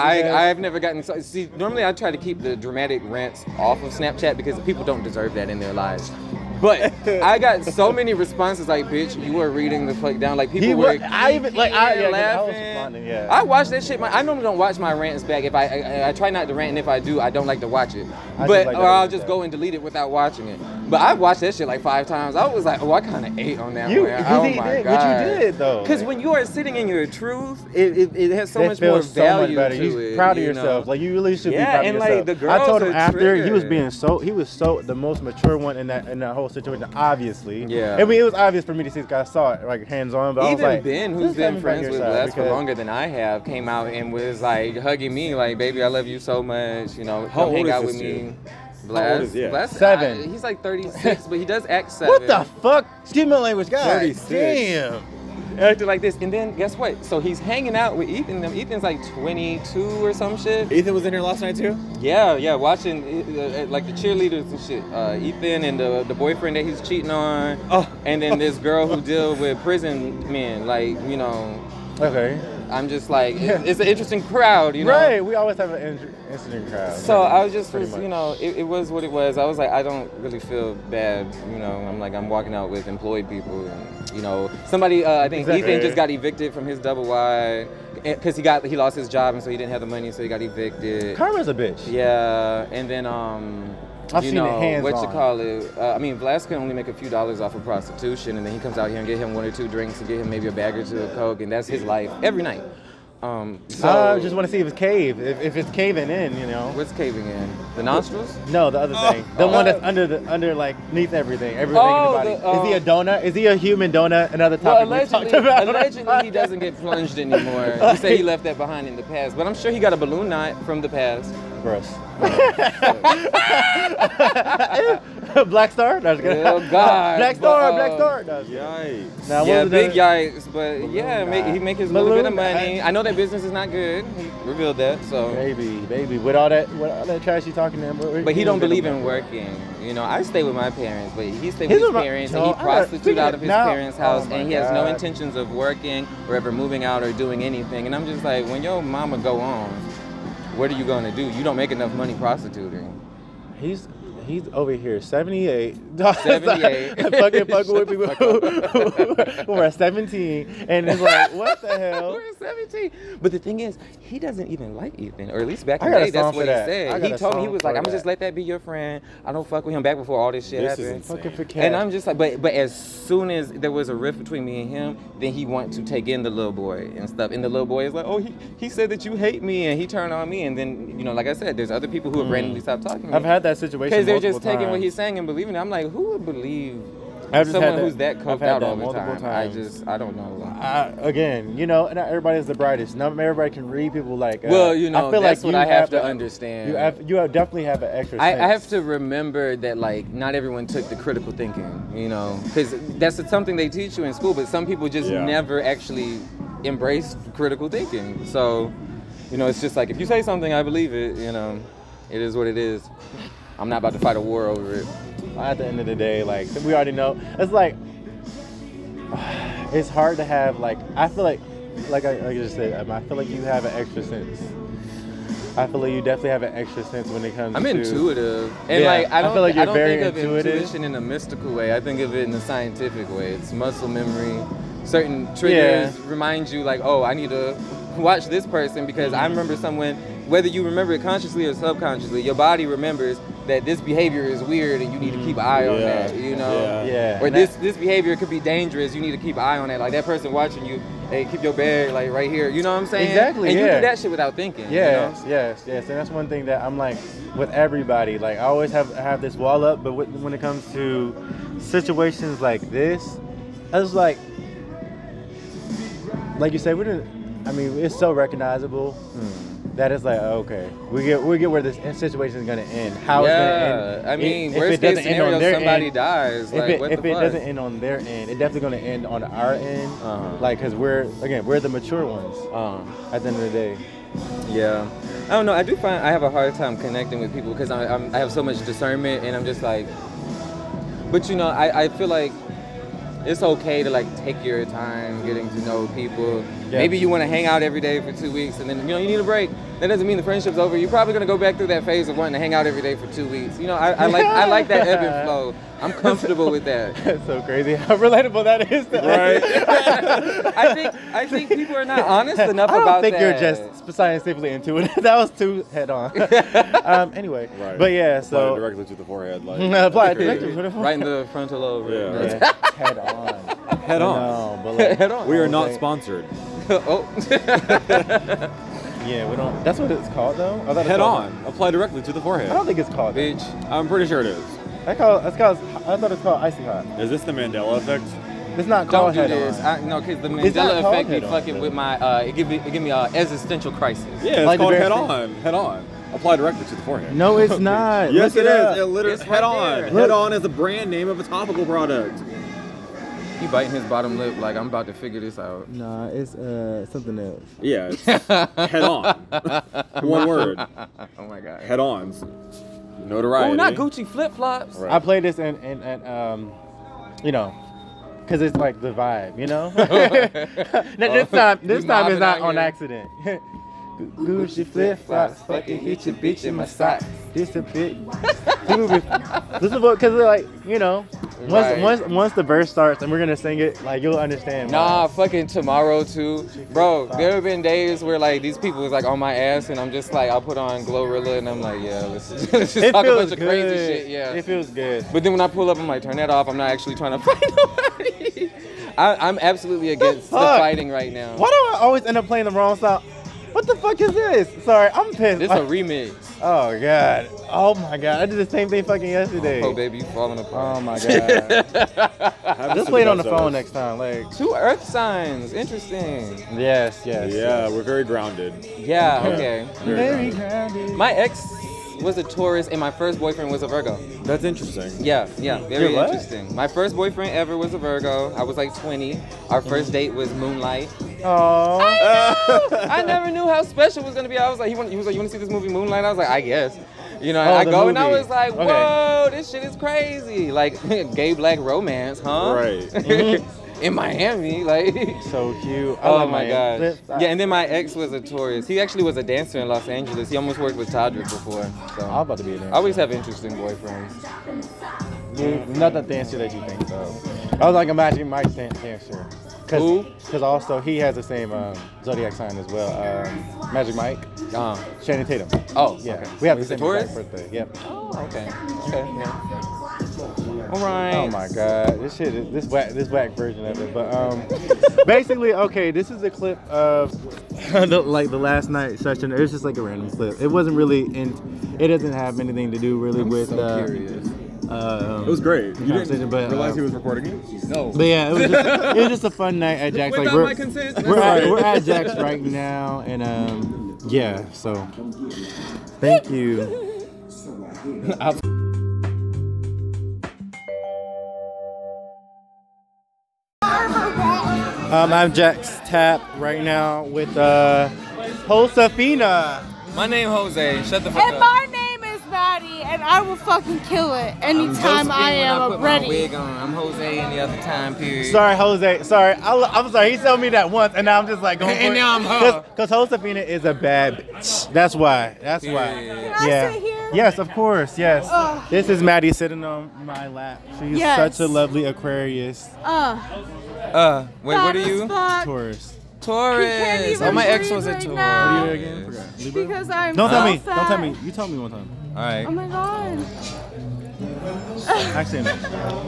Speaker 1: a second.
Speaker 2: I, I've never gotten so. See, normally I try to keep the dramatic rants off of Snapchat because people don't deserve that in their lives. But I got so many responses like, "Bitch, you were reading the fuck down." Like people
Speaker 1: He wa-
Speaker 2: were.
Speaker 1: I even- like, I-
Speaker 2: geeking,
Speaker 1: yeah, I was
Speaker 2: laughing.
Speaker 1: responding, yeah.
Speaker 2: I watch that shit. My, I normally don't watch my rants back. If I, I, I- I try not to rant, and if I do, I don't like to watch it.
Speaker 1: I
Speaker 2: but
Speaker 1: do like
Speaker 2: or
Speaker 1: that
Speaker 2: I'll
Speaker 1: one,
Speaker 2: just
Speaker 1: yeah.
Speaker 2: go and delete it without watching it. But I watched that shit like five times. I was like, oh, I kind of ate on that
Speaker 1: You-
Speaker 2: one.
Speaker 1: you
Speaker 2: Oh
Speaker 1: did-
Speaker 2: my
Speaker 1: but you
Speaker 2: god.
Speaker 1: did, though.
Speaker 2: Because when you are sitting in your truth, it, it, it has so
Speaker 1: That
Speaker 2: much more
Speaker 1: feels
Speaker 2: value
Speaker 1: better.
Speaker 2: to
Speaker 1: you
Speaker 2: it.
Speaker 1: proud of
Speaker 2: you
Speaker 1: yourself.
Speaker 2: know?
Speaker 1: Like you really should
Speaker 2: Yeah,
Speaker 1: be proud
Speaker 2: and,
Speaker 1: of
Speaker 2: like,
Speaker 1: yourself.
Speaker 2: the
Speaker 1: I told him
Speaker 2: girls are
Speaker 1: after he was
Speaker 2: triggered.
Speaker 1: being so he was so the most mature one in that in that whole situation. Obviously,
Speaker 2: Yeah.
Speaker 1: I mean, it was obvious for me to see. 'cause I saw it like hands on, but
Speaker 2: Even
Speaker 1: I was like,
Speaker 2: Ben,
Speaker 1: this
Speaker 2: who's
Speaker 1: is
Speaker 2: been
Speaker 1: coming from
Speaker 2: friends
Speaker 1: your
Speaker 2: with
Speaker 1: side
Speaker 2: Les for
Speaker 1: because-
Speaker 2: longer than I have, came out and was like hugging me, like, "Baby, I love you so much. You know,
Speaker 3: How
Speaker 2: come hang
Speaker 3: old is
Speaker 2: out
Speaker 3: this
Speaker 2: with me."
Speaker 3: dude? How
Speaker 2: Bless,
Speaker 3: old is- yeah.
Speaker 1: Seven.
Speaker 2: he's like 36, but he does act seven.
Speaker 1: What the fuck? Excuse my language, God
Speaker 3: 36.
Speaker 1: Damn.
Speaker 2: Acted like this, and then guess what? So he's hanging out with Ethan. Them Ethan's like 22 or some shit.
Speaker 3: Ethan was in here last night too.
Speaker 2: Yeah, yeah, watching uh, uh, like the cheerleaders and shit. Uh, Ethan and the, the boyfriend that he's cheating on,
Speaker 3: Oh.
Speaker 2: and then this girl who deal with prison men. Like you know,
Speaker 1: Okay.
Speaker 2: I'm just like it's, it's an interesting crowd, you know.
Speaker 1: Right. We always have an in- incident crowd.
Speaker 2: So I was just,
Speaker 1: Pretty
Speaker 2: was,
Speaker 1: much.
Speaker 2: you know, it, it was what it was. I was like, I don't really feel bad, you know. I'm like, I'm walking out with employed people, and, you know, somebody. Uh, I think
Speaker 1: Exactly.
Speaker 2: Ethan just got evicted from his double wide because he got he lost his job, and so he didn't have the money, so he got evicted.
Speaker 1: Karma's a bitch.
Speaker 2: Yeah, and then um,
Speaker 1: I've
Speaker 2: you
Speaker 1: seen it
Speaker 2: know
Speaker 1: hands
Speaker 2: what you
Speaker 1: on.
Speaker 2: call it. Uh, I mean, Vlad can only make a few dollars off of prostitution, and then he comes out here and get him one or two drinks and get him maybe a bag or two of coke, and that's his life every night. Um, so
Speaker 1: I just want to see if it's cave. If, if it's caving in, you know.
Speaker 2: what's caving in the nostrils?
Speaker 1: No, the other thing. The
Speaker 2: Oh.
Speaker 1: one that's under the under like neath everything. Everything
Speaker 2: Oh,
Speaker 1: in the body.
Speaker 2: the,
Speaker 1: Is he a
Speaker 2: um,
Speaker 1: donut? Is he a human donut? Another
Speaker 2: Well,
Speaker 1: topic we
Speaker 2: allegedly,
Speaker 1: talked about.
Speaker 2: allegedly he doesn't get plunged anymore. He said he left that behind in the past, but I'm sure he got a balloon knot from the past.
Speaker 1: Gross. Black Star? No, I was kidding.
Speaker 2: Oh, God,
Speaker 1: Black
Speaker 2: but,
Speaker 1: Star,
Speaker 2: uh,
Speaker 1: Black Star. No, I was kidding.
Speaker 3: Yikes.
Speaker 1: Now, what
Speaker 2: yeah,
Speaker 1: was
Speaker 2: big
Speaker 1: the-
Speaker 2: yikes, but yeah, make, he make his little bit of
Speaker 1: Balloon Eye.
Speaker 2: money. I know that business is not good. He revealed that, so.
Speaker 1: Baby, baby, with all that, with all that trash you talking to him, what- what-
Speaker 2: But he don't
Speaker 1: what-
Speaker 2: believe in working. You know, I stay with my parents, but he stay with
Speaker 1: His
Speaker 2: his
Speaker 1: are my-
Speaker 2: parents,
Speaker 1: No,
Speaker 2: and
Speaker 1: I
Speaker 2: he
Speaker 1: got-
Speaker 2: prostitute
Speaker 1: speaking
Speaker 2: out
Speaker 1: of-
Speaker 2: of his
Speaker 1: now-
Speaker 2: parents'
Speaker 1: oh
Speaker 2: house,
Speaker 1: my
Speaker 2: and he has no
Speaker 1: God.
Speaker 2: intentions of working or ever moving out or doing anything. And I'm just like, when your mama go on, what are you gonna do? You don't make enough money prostituting.
Speaker 1: He's he's over here, seventy eight.
Speaker 2: 78.
Speaker 1: fucking fucking with
Speaker 2: Shut
Speaker 1: people
Speaker 2: the fuck
Speaker 1: who are seventeen, and it's like, what the hell?
Speaker 2: We're 17. But the thing is, he doesn't even like Ethan, or at least back
Speaker 1: I
Speaker 2: in the
Speaker 1: got a
Speaker 2: day,
Speaker 1: song
Speaker 2: that's
Speaker 1: for
Speaker 2: what
Speaker 1: that.
Speaker 2: he
Speaker 1: I
Speaker 2: said.
Speaker 1: got
Speaker 2: He
Speaker 1: a
Speaker 2: told me
Speaker 1: song
Speaker 2: he was
Speaker 1: for
Speaker 2: like, "I'm
Speaker 1: that.
Speaker 2: gonna just let that be your friend. I don't fuck with him back before all this shit
Speaker 3: This is
Speaker 2: happened."
Speaker 3: insane.
Speaker 1: Fucking forget.
Speaker 2: And I'm just like, but but as soon as there was a rift between me and him, then he wanted to take in the little boy and stuff. And the little boy is like, oh, he, he said that you hate me, and he turned on me. And then you know, like I said, there's other people who have randomly stopped talking. to me.
Speaker 1: I've had that situation
Speaker 2: because they're just
Speaker 1: multiple
Speaker 2: taking what
Speaker 1: times.
Speaker 2: he's saying and believing it. I'm like, who would believe
Speaker 1: I've just
Speaker 2: someone
Speaker 1: had that-
Speaker 2: who's that
Speaker 1: I've
Speaker 2: coked
Speaker 1: had
Speaker 2: out
Speaker 1: that
Speaker 2: all the
Speaker 1: multiple
Speaker 2: time? I
Speaker 1: times.
Speaker 2: just I don't know.
Speaker 1: I, again, you know, not everybody is the brightest. Not everybody can read people like. Uh,
Speaker 2: Well, you know,
Speaker 1: I feel
Speaker 2: that's
Speaker 1: like
Speaker 2: what
Speaker 1: you
Speaker 2: I have to
Speaker 1: that-
Speaker 2: understand.
Speaker 1: You have, you have definitely have an extra.
Speaker 2: I, I have
Speaker 1: sense.
Speaker 2: to remember that like not everyone took the critical thinking, you know, because that's something they teach you in school, but some people just
Speaker 3: Yeah.
Speaker 2: never actually embrace critical thinking. So, you know, it's just like if you say something, I believe it. You know, it is what it is. I'm not about to fight a war over it.
Speaker 1: At the end of the day, like we already know, it's like it's hard to have like. I feel like, like I, like I just said, um, I feel like you have an extra sense. I feel like you definitely have an extra sense when it comes.
Speaker 2: I'm
Speaker 1: to,
Speaker 2: intuitive, and
Speaker 1: Yeah,
Speaker 2: like
Speaker 1: I
Speaker 2: I don't,
Speaker 1: feel like
Speaker 2: I
Speaker 1: you're
Speaker 2: don't
Speaker 1: very
Speaker 2: think of
Speaker 1: intuitive.
Speaker 2: intuition in a mystical way. I think of it in a scientific way. It's muscle memory. Certain triggers remind you, like, oh, I need to watch this person because I remember someone. Whether you remember it consciously or subconsciously, your body remembers that this behavior is weird, and you need to keep an eye on
Speaker 3: Yeah.
Speaker 2: that. You know,
Speaker 3: Yeah.
Speaker 1: Yeah.
Speaker 2: or
Speaker 1: and
Speaker 2: this this behavior could be dangerous. You need to keep an eye on that. Like that person watching you. Hey, keep your bag like right here. You know what I'm saying?
Speaker 1: Exactly,
Speaker 2: And you
Speaker 1: yeah.
Speaker 2: do that shit without thinking. you know?
Speaker 1: Yes, yes, yes, and that's one thing that I'm like with everybody. Like I always have have this wall up, but when when it comes to situations like this, I was like, like you said, we didn't. I mean, it's so recognizable
Speaker 2: Hmm.
Speaker 1: that it's like oh, okay, we get we get where this situation is gonna end. How it's gonna
Speaker 2: yeah,
Speaker 1: end.
Speaker 2: I
Speaker 1: If-
Speaker 2: mean,
Speaker 1: if
Speaker 2: worst
Speaker 1: it doesn't
Speaker 2: case
Speaker 1: end on
Speaker 2: scenario,
Speaker 1: their
Speaker 2: somebody
Speaker 1: end, if
Speaker 2: dies. Like,
Speaker 1: it,
Speaker 2: what
Speaker 1: if
Speaker 2: the
Speaker 1: it
Speaker 2: fuck?
Speaker 1: doesn't end on their end, it definitely gonna end on our end,
Speaker 2: Uh-huh.
Speaker 1: like because we're again we're the mature ones
Speaker 2: Um,
Speaker 1: at the end of the day.
Speaker 2: yeah, I don't know. I do find I have a hard time connecting with people because I, I'm, I have so much discernment, and I'm just like. But you know, I, I feel like it's okay to like take your time getting to know people.
Speaker 1: Yeah.
Speaker 2: Maybe you want to hang out every day for two weeks, and then you know you need a break. That doesn't mean the friendship's over. You're probably gonna go back through that phase of wanting to hang out every day for two weeks. You know, I, I like I like that ebb and flow. I'm comfortable with that.
Speaker 1: That's so crazy how relatable that is. To us.
Speaker 2: I think I think people are not honest enough
Speaker 1: I don't
Speaker 2: about
Speaker 1: think
Speaker 2: that.
Speaker 1: you're just scientifically intuitive. that was too head on. um, anyway,
Speaker 3: Right.
Speaker 1: but yeah,
Speaker 3: Apply it
Speaker 1: so
Speaker 3: directly to the forehead, like
Speaker 1: apply it
Speaker 3: Okay.
Speaker 1: directly. to the-
Speaker 2: right in the frontal lobe.
Speaker 3: Yeah.
Speaker 1: Yeah, head on.
Speaker 3: Head on.
Speaker 1: No, but like,
Speaker 2: Head on.
Speaker 3: We are not
Speaker 1: Okay.
Speaker 3: sponsored.
Speaker 2: oh,
Speaker 1: yeah, we don't. That's what it's called though. I thought it's
Speaker 3: Head
Speaker 1: called-
Speaker 3: on. Apply directly to the
Speaker 1: I don't
Speaker 3: forehead.
Speaker 1: think it's called. That.
Speaker 2: bitch.
Speaker 3: I'm pretty sure it is.
Speaker 1: I call. That's called. I thought it's called icy hot.
Speaker 3: Is this the Mandela effect?
Speaker 1: It's not
Speaker 2: Don't
Speaker 1: called
Speaker 2: do
Speaker 1: head
Speaker 2: this.
Speaker 1: on.
Speaker 2: I, no, because the
Speaker 1: It's not
Speaker 2: Mandela
Speaker 1: called
Speaker 2: effect be
Speaker 1: head on,
Speaker 2: fucking
Speaker 1: though.
Speaker 2: with my. Uh, it give me it give me an existential crisis.
Speaker 3: Yeah, it's
Speaker 1: Like the
Speaker 3: called
Speaker 1: bear
Speaker 3: head
Speaker 1: thing.
Speaker 3: on. Head on. Apply directly to the forehead.
Speaker 1: no, it's not.
Speaker 3: Yes,
Speaker 1: Look
Speaker 3: it
Speaker 1: up.
Speaker 3: is. It literally
Speaker 2: It's
Speaker 3: head
Speaker 2: right
Speaker 3: on.
Speaker 2: there.
Speaker 3: Head on is the brand name of a topical product.
Speaker 2: He biting his bottom lip like I'm about to figure this out.
Speaker 1: Nah, it's uh something else.
Speaker 3: Yeah, it's head on. One word.
Speaker 2: Oh my god.
Speaker 3: Head ons. Notoriety.
Speaker 2: Oh, not Gucci flip flops.
Speaker 3: Right.
Speaker 1: I play this in, in, in um, you know, because it's like the vibe, you know. now, this time, this
Speaker 2: We
Speaker 1: time is
Speaker 2: mobbing
Speaker 1: not
Speaker 2: out
Speaker 1: on
Speaker 2: here.
Speaker 1: accident. Gu- Gucci flip flops, fucking hit your bitch in my socks. This a bit. People be- this is what, cause they're like, you know, once
Speaker 2: Right.
Speaker 1: once once the verse starts and we're gonna sing it, like you'll understand. why.
Speaker 2: Nah, fucking tomorrow too, bro. There have been days where like these people was like on my ass, and I'm just like, I'll put on Glorilla, and I'm like, yeah, let's just, let's just
Speaker 1: it
Speaker 2: talk a
Speaker 1: feels
Speaker 2: bunch
Speaker 1: good.
Speaker 2: of crazy shit, yeah.
Speaker 1: it feels good.
Speaker 2: But then when I pull up, I'm like, turn that off. I'm not actually trying to fight nobody. I, I'm absolutely against the,
Speaker 1: fuck?
Speaker 2: fighting right now.
Speaker 1: Why do I always end up playing the wrong song? What the fuck is this? Sorry, I'm pissed.
Speaker 2: This is a remix.
Speaker 1: Oh god. Oh my god. I did the same thing fucking yesterday.
Speaker 2: Oh, baby, you falling apart.
Speaker 1: Oh my god. Just play it on the phone next time. Like
Speaker 2: Two earth signs. Interesting.
Speaker 1: yes, yes.
Speaker 3: Yeah, we're very grounded.
Speaker 2: Yeah, okay.
Speaker 3: Very grounded.
Speaker 1: grounded.
Speaker 2: My ex was a Taurus, and my first boyfriend was a Virgo.
Speaker 3: That's interesting.
Speaker 2: Yeah, yeah, very
Speaker 1: You're what?
Speaker 2: interesting. My first boyfriend ever was a Virgo. I was like 20. Our
Speaker 1: Mm-hmm.
Speaker 2: first date was Moonlight.
Speaker 1: Aww.
Speaker 2: I never knew how special it was gonna be. I was like, he, want, he was like, you want to see this movie Moonlight? I was like, I guess. You know, and
Speaker 1: Oh,
Speaker 2: I
Speaker 1: the
Speaker 2: go and I
Speaker 1: movie.
Speaker 2: was like,
Speaker 1: Okay.
Speaker 2: whoa, this shit is crazy. Like gay black romance, huh?
Speaker 3: Right.
Speaker 2: In Miami, like.
Speaker 1: So cute. I
Speaker 2: Oh
Speaker 1: love
Speaker 2: my
Speaker 1: Miami.
Speaker 2: gosh.
Speaker 1: Flip-
Speaker 2: Yeah, and then my ex was a Taurus. He actually was a dancer in Los Angeles. He almost worked with Todrick before. So
Speaker 1: I'm about to be a
Speaker 2: I
Speaker 1: dancer.
Speaker 2: always have interesting boyfriends.
Speaker 1: You- Not that dancer that you think so. I was like, imagine Mike's dan- dancer. Cause,
Speaker 2: Who?
Speaker 1: Because also he has the same um, zodiac sign as well. Um, Magic Mike,
Speaker 2: Um,
Speaker 1: Shannon Tatum.
Speaker 2: oh,
Speaker 1: Yeah,
Speaker 2: okay.
Speaker 1: we have
Speaker 2: He's
Speaker 1: the
Speaker 2: a
Speaker 1: same
Speaker 2: Taurus?
Speaker 1: exact birthday. Yep.
Speaker 2: Oh, okay. Okay. Yeah. All right.
Speaker 1: Oh my god, this shit is this whack this whack version of it. But um, basically, okay, this is a clip of the, like the last night session. It was just like a random clip. It wasn't really in. It doesn't have anything to do really with. uh, uh,
Speaker 3: It was great. You
Speaker 1: Conversation,
Speaker 3: didn't
Speaker 1: but,
Speaker 3: realize
Speaker 1: uh,
Speaker 3: he was recording it? No.
Speaker 1: But yeah, it was just, it was just a fun night at Jack's. Like
Speaker 5: Without
Speaker 1: we're,
Speaker 5: my consent.
Speaker 1: we're, at, we're at Jack's right now, and um, yeah. So thank you. um, I'm Jack's Tap right now with uh, Josefina.
Speaker 2: My name Jose. Shut the fuck
Speaker 6: And
Speaker 2: up.
Speaker 6: my name is Maddie, and I will fucking kill it anytime I am ready.
Speaker 2: on. I'm Jose in the other time period.
Speaker 1: Sorry, Jose. Sorry, I, am sorry. He told me that once, and now I'm just like going.
Speaker 2: And now I'm her.
Speaker 1: Because Josefina is a bad bitch. That's why. That's why.
Speaker 2: Period.
Speaker 6: Can I sit here?
Speaker 1: Yes, of course. Yes.
Speaker 6: Ugh.
Speaker 1: This is Maddie sitting on my lap. She's
Speaker 6: Yes.
Speaker 1: such a lovely Aquarius
Speaker 6: Uh,
Speaker 2: Uh, wait,
Speaker 6: fat
Speaker 2: what are
Speaker 6: as
Speaker 2: you?
Speaker 6: fuck,
Speaker 1: Taurus.
Speaker 6: can't
Speaker 2: Taurus.
Speaker 6: even
Speaker 2: Oh, my ex
Speaker 6: breathe
Speaker 2: was a
Speaker 6: right
Speaker 2: Taurus.
Speaker 6: now. What
Speaker 1: Don't
Speaker 6: Because I'm
Speaker 1: tell
Speaker 6: so
Speaker 1: me. Don't
Speaker 6: fat.
Speaker 1: tell me. You told me one time.
Speaker 2: All
Speaker 6: Oh
Speaker 2: right.
Speaker 6: my god.
Speaker 1: Actually, I'm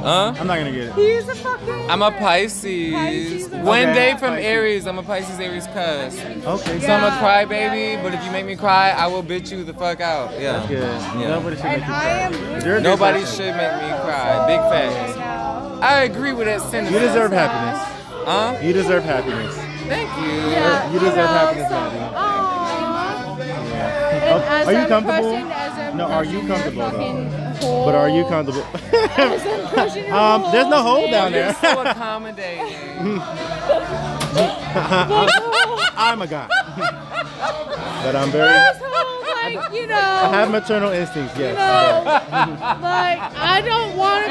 Speaker 2: Huh?
Speaker 1: not gonna get it.
Speaker 6: He's a fucking.
Speaker 2: I'm a Pisces.
Speaker 6: Pisces are-
Speaker 2: One
Speaker 1: Okay.
Speaker 2: day from
Speaker 1: Pisces.
Speaker 2: Aries. I'm a Pisces Aries cuz.
Speaker 1: Okay.
Speaker 2: So I'm a
Speaker 6: Yeah.
Speaker 2: crybaby, but if you make me cry, I will bitch you the fuck out.
Speaker 1: That's good.
Speaker 2: Yeah.
Speaker 1: Nobody should
Speaker 6: And
Speaker 1: make you
Speaker 6: I
Speaker 1: cry.
Speaker 6: am
Speaker 1: You're a
Speaker 6: really-
Speaker 1: good
Speaker 2: Nobody
Speaker 1: person.
Speaker 2: should make me cry. Big
Speaker 6: Right
Speaker 2: facts.
Speaker 6: now.
Speaker 2: I agree with that sentiment.
Speaker 1: You deserve happiness.
Speaker 2: Huh?
Speaker 1: You deserve happiness.
Speaker 2: Thank you.
Speaker 6: Yeah,
Speaker 1: You deserve
Speaker 6: know,
Speaker 1: happiness,
Speaker 6: so-
Speaker 1: Maddie.
Speaker 6: Aw. And as
Speaker 1: Are you
Speaker 6: I'm
Speaker 1: comfortable?
Speaker 6: Pushing, as I'm
Speaker 1: No, are you
Speaker 6: pushing your
Speaker 1: comfortable, though?
Speaker 6: fucking
Speaker 1: But are you
Speaker 6: hole-
Speaker 1: comfortable?
Speaker 6: as I'm pushing your
Speaker 1: Um, there's no hole down
Speaker 6: man.
Speaker 1: there.
Speaker 2: You're so accommodating.
Speaker 1: I'm a guy. but I'm very.
Speaker 6: There's holes, like, you know.
Speaker 1: I have maternal instincts.
Speaker 6: you
Speaker 1: Yes.
Speaker 6: know, like I don't want to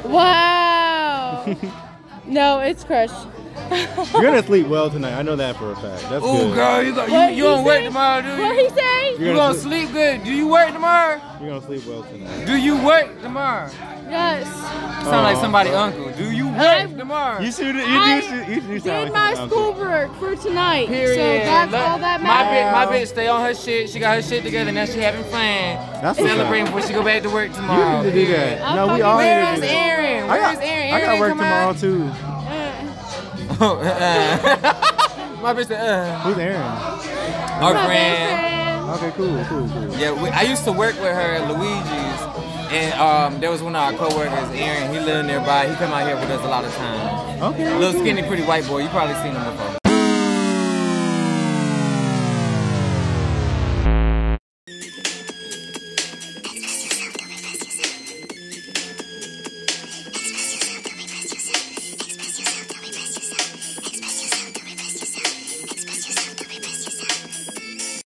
Speaker 6: crush this. Wow. no, it's crushed.
Speaker 1: You're gonna sleep well tonight. I know that for a fact. That's
Speaker 2: Ooh,
Speaker 1: good.
Speaker 2: girl, you, go,
Speaker 6: What
Speaker 2: you, you
Speaker 6: he
Speaker 2: don't work
Speaker 6: say?
Speaker 2: tomorrow, do
Speaker 6: What
Speaker 2: you?
Speaker 6: he say?
Speaker 1: You're
Speaker 2: You
Speaker 1: gonna
Speaker 2: gonna
Speaker 1: sleep,
Speaker 2: sleep good. Do you work tomorrow?
Speaker 1: you're gonna sleep well tonight.
Speaker 2: Do you work tomorrow?
Speaker 6: Yes.
Speaker 2: Sound like somebody uncle. Do you work
Speaker 6: I'm-
Speaker 2: tomorrow?
Speaker 1: Uh, You should. You
Speaker 6: I
Speaker 1: do. You do sound like
Speaker 6: Did my
Speaker 1: something
Speaker 6: schoolwork for tonight, so that's
Speaker 2: Look,
Speaker 6: all that
Speaker 2: my
Speaker 6: matters.
Speaker 2: bitch, my bitch, stay on her shit. She got her shit together. Now she having fun.
Speaker 1: That's what's
Speaker 2: Celebrating
Speaker 1: up.
Speaker 2: before she go back to work
Speaker 1: You
Speaker 2: tomorrow.
Speaker 1: need to do that.
Speaker 6: I'm
Speaker 1: no, we
Speaker 6: fucking
Speaker 1: all need
Speaker 2: Where
Speaker 1: to
Speaker 2: is
Speaker 1: do that.
Speaker 2: Aaron?
Speaker 1: I
Speaker 2: Where
Speaker 1: got,
Speaker 2: is
Speaker 1: I
Speaker 2: Aaron? Aaron
Speaker 1: got
Speaker 2: ain't
Speaker 1: work
Speaker 2: come
Speaker 1: tomorrow
Speaker 2: out?
Speaker 1: too.
Speaker 2: Uh, my bitch said, uh,
Speaker 1: Who's Aaron?
Speaker 2: our
Speaker 6: My
Speaker 2: friend.
Speaker 6: boyfriend.
Speaker 1: Okay, cool, cool, cool.
Speaker 2: Yeah, we, I used to work with her at Luigi's, and um, there was one of our coworkers, Aaron. He lived nearby. He come out here with us a lot of times.
Speaker 1: Okay.
Speaker 2: Little skinny, pretty white boy. You probably seen him before.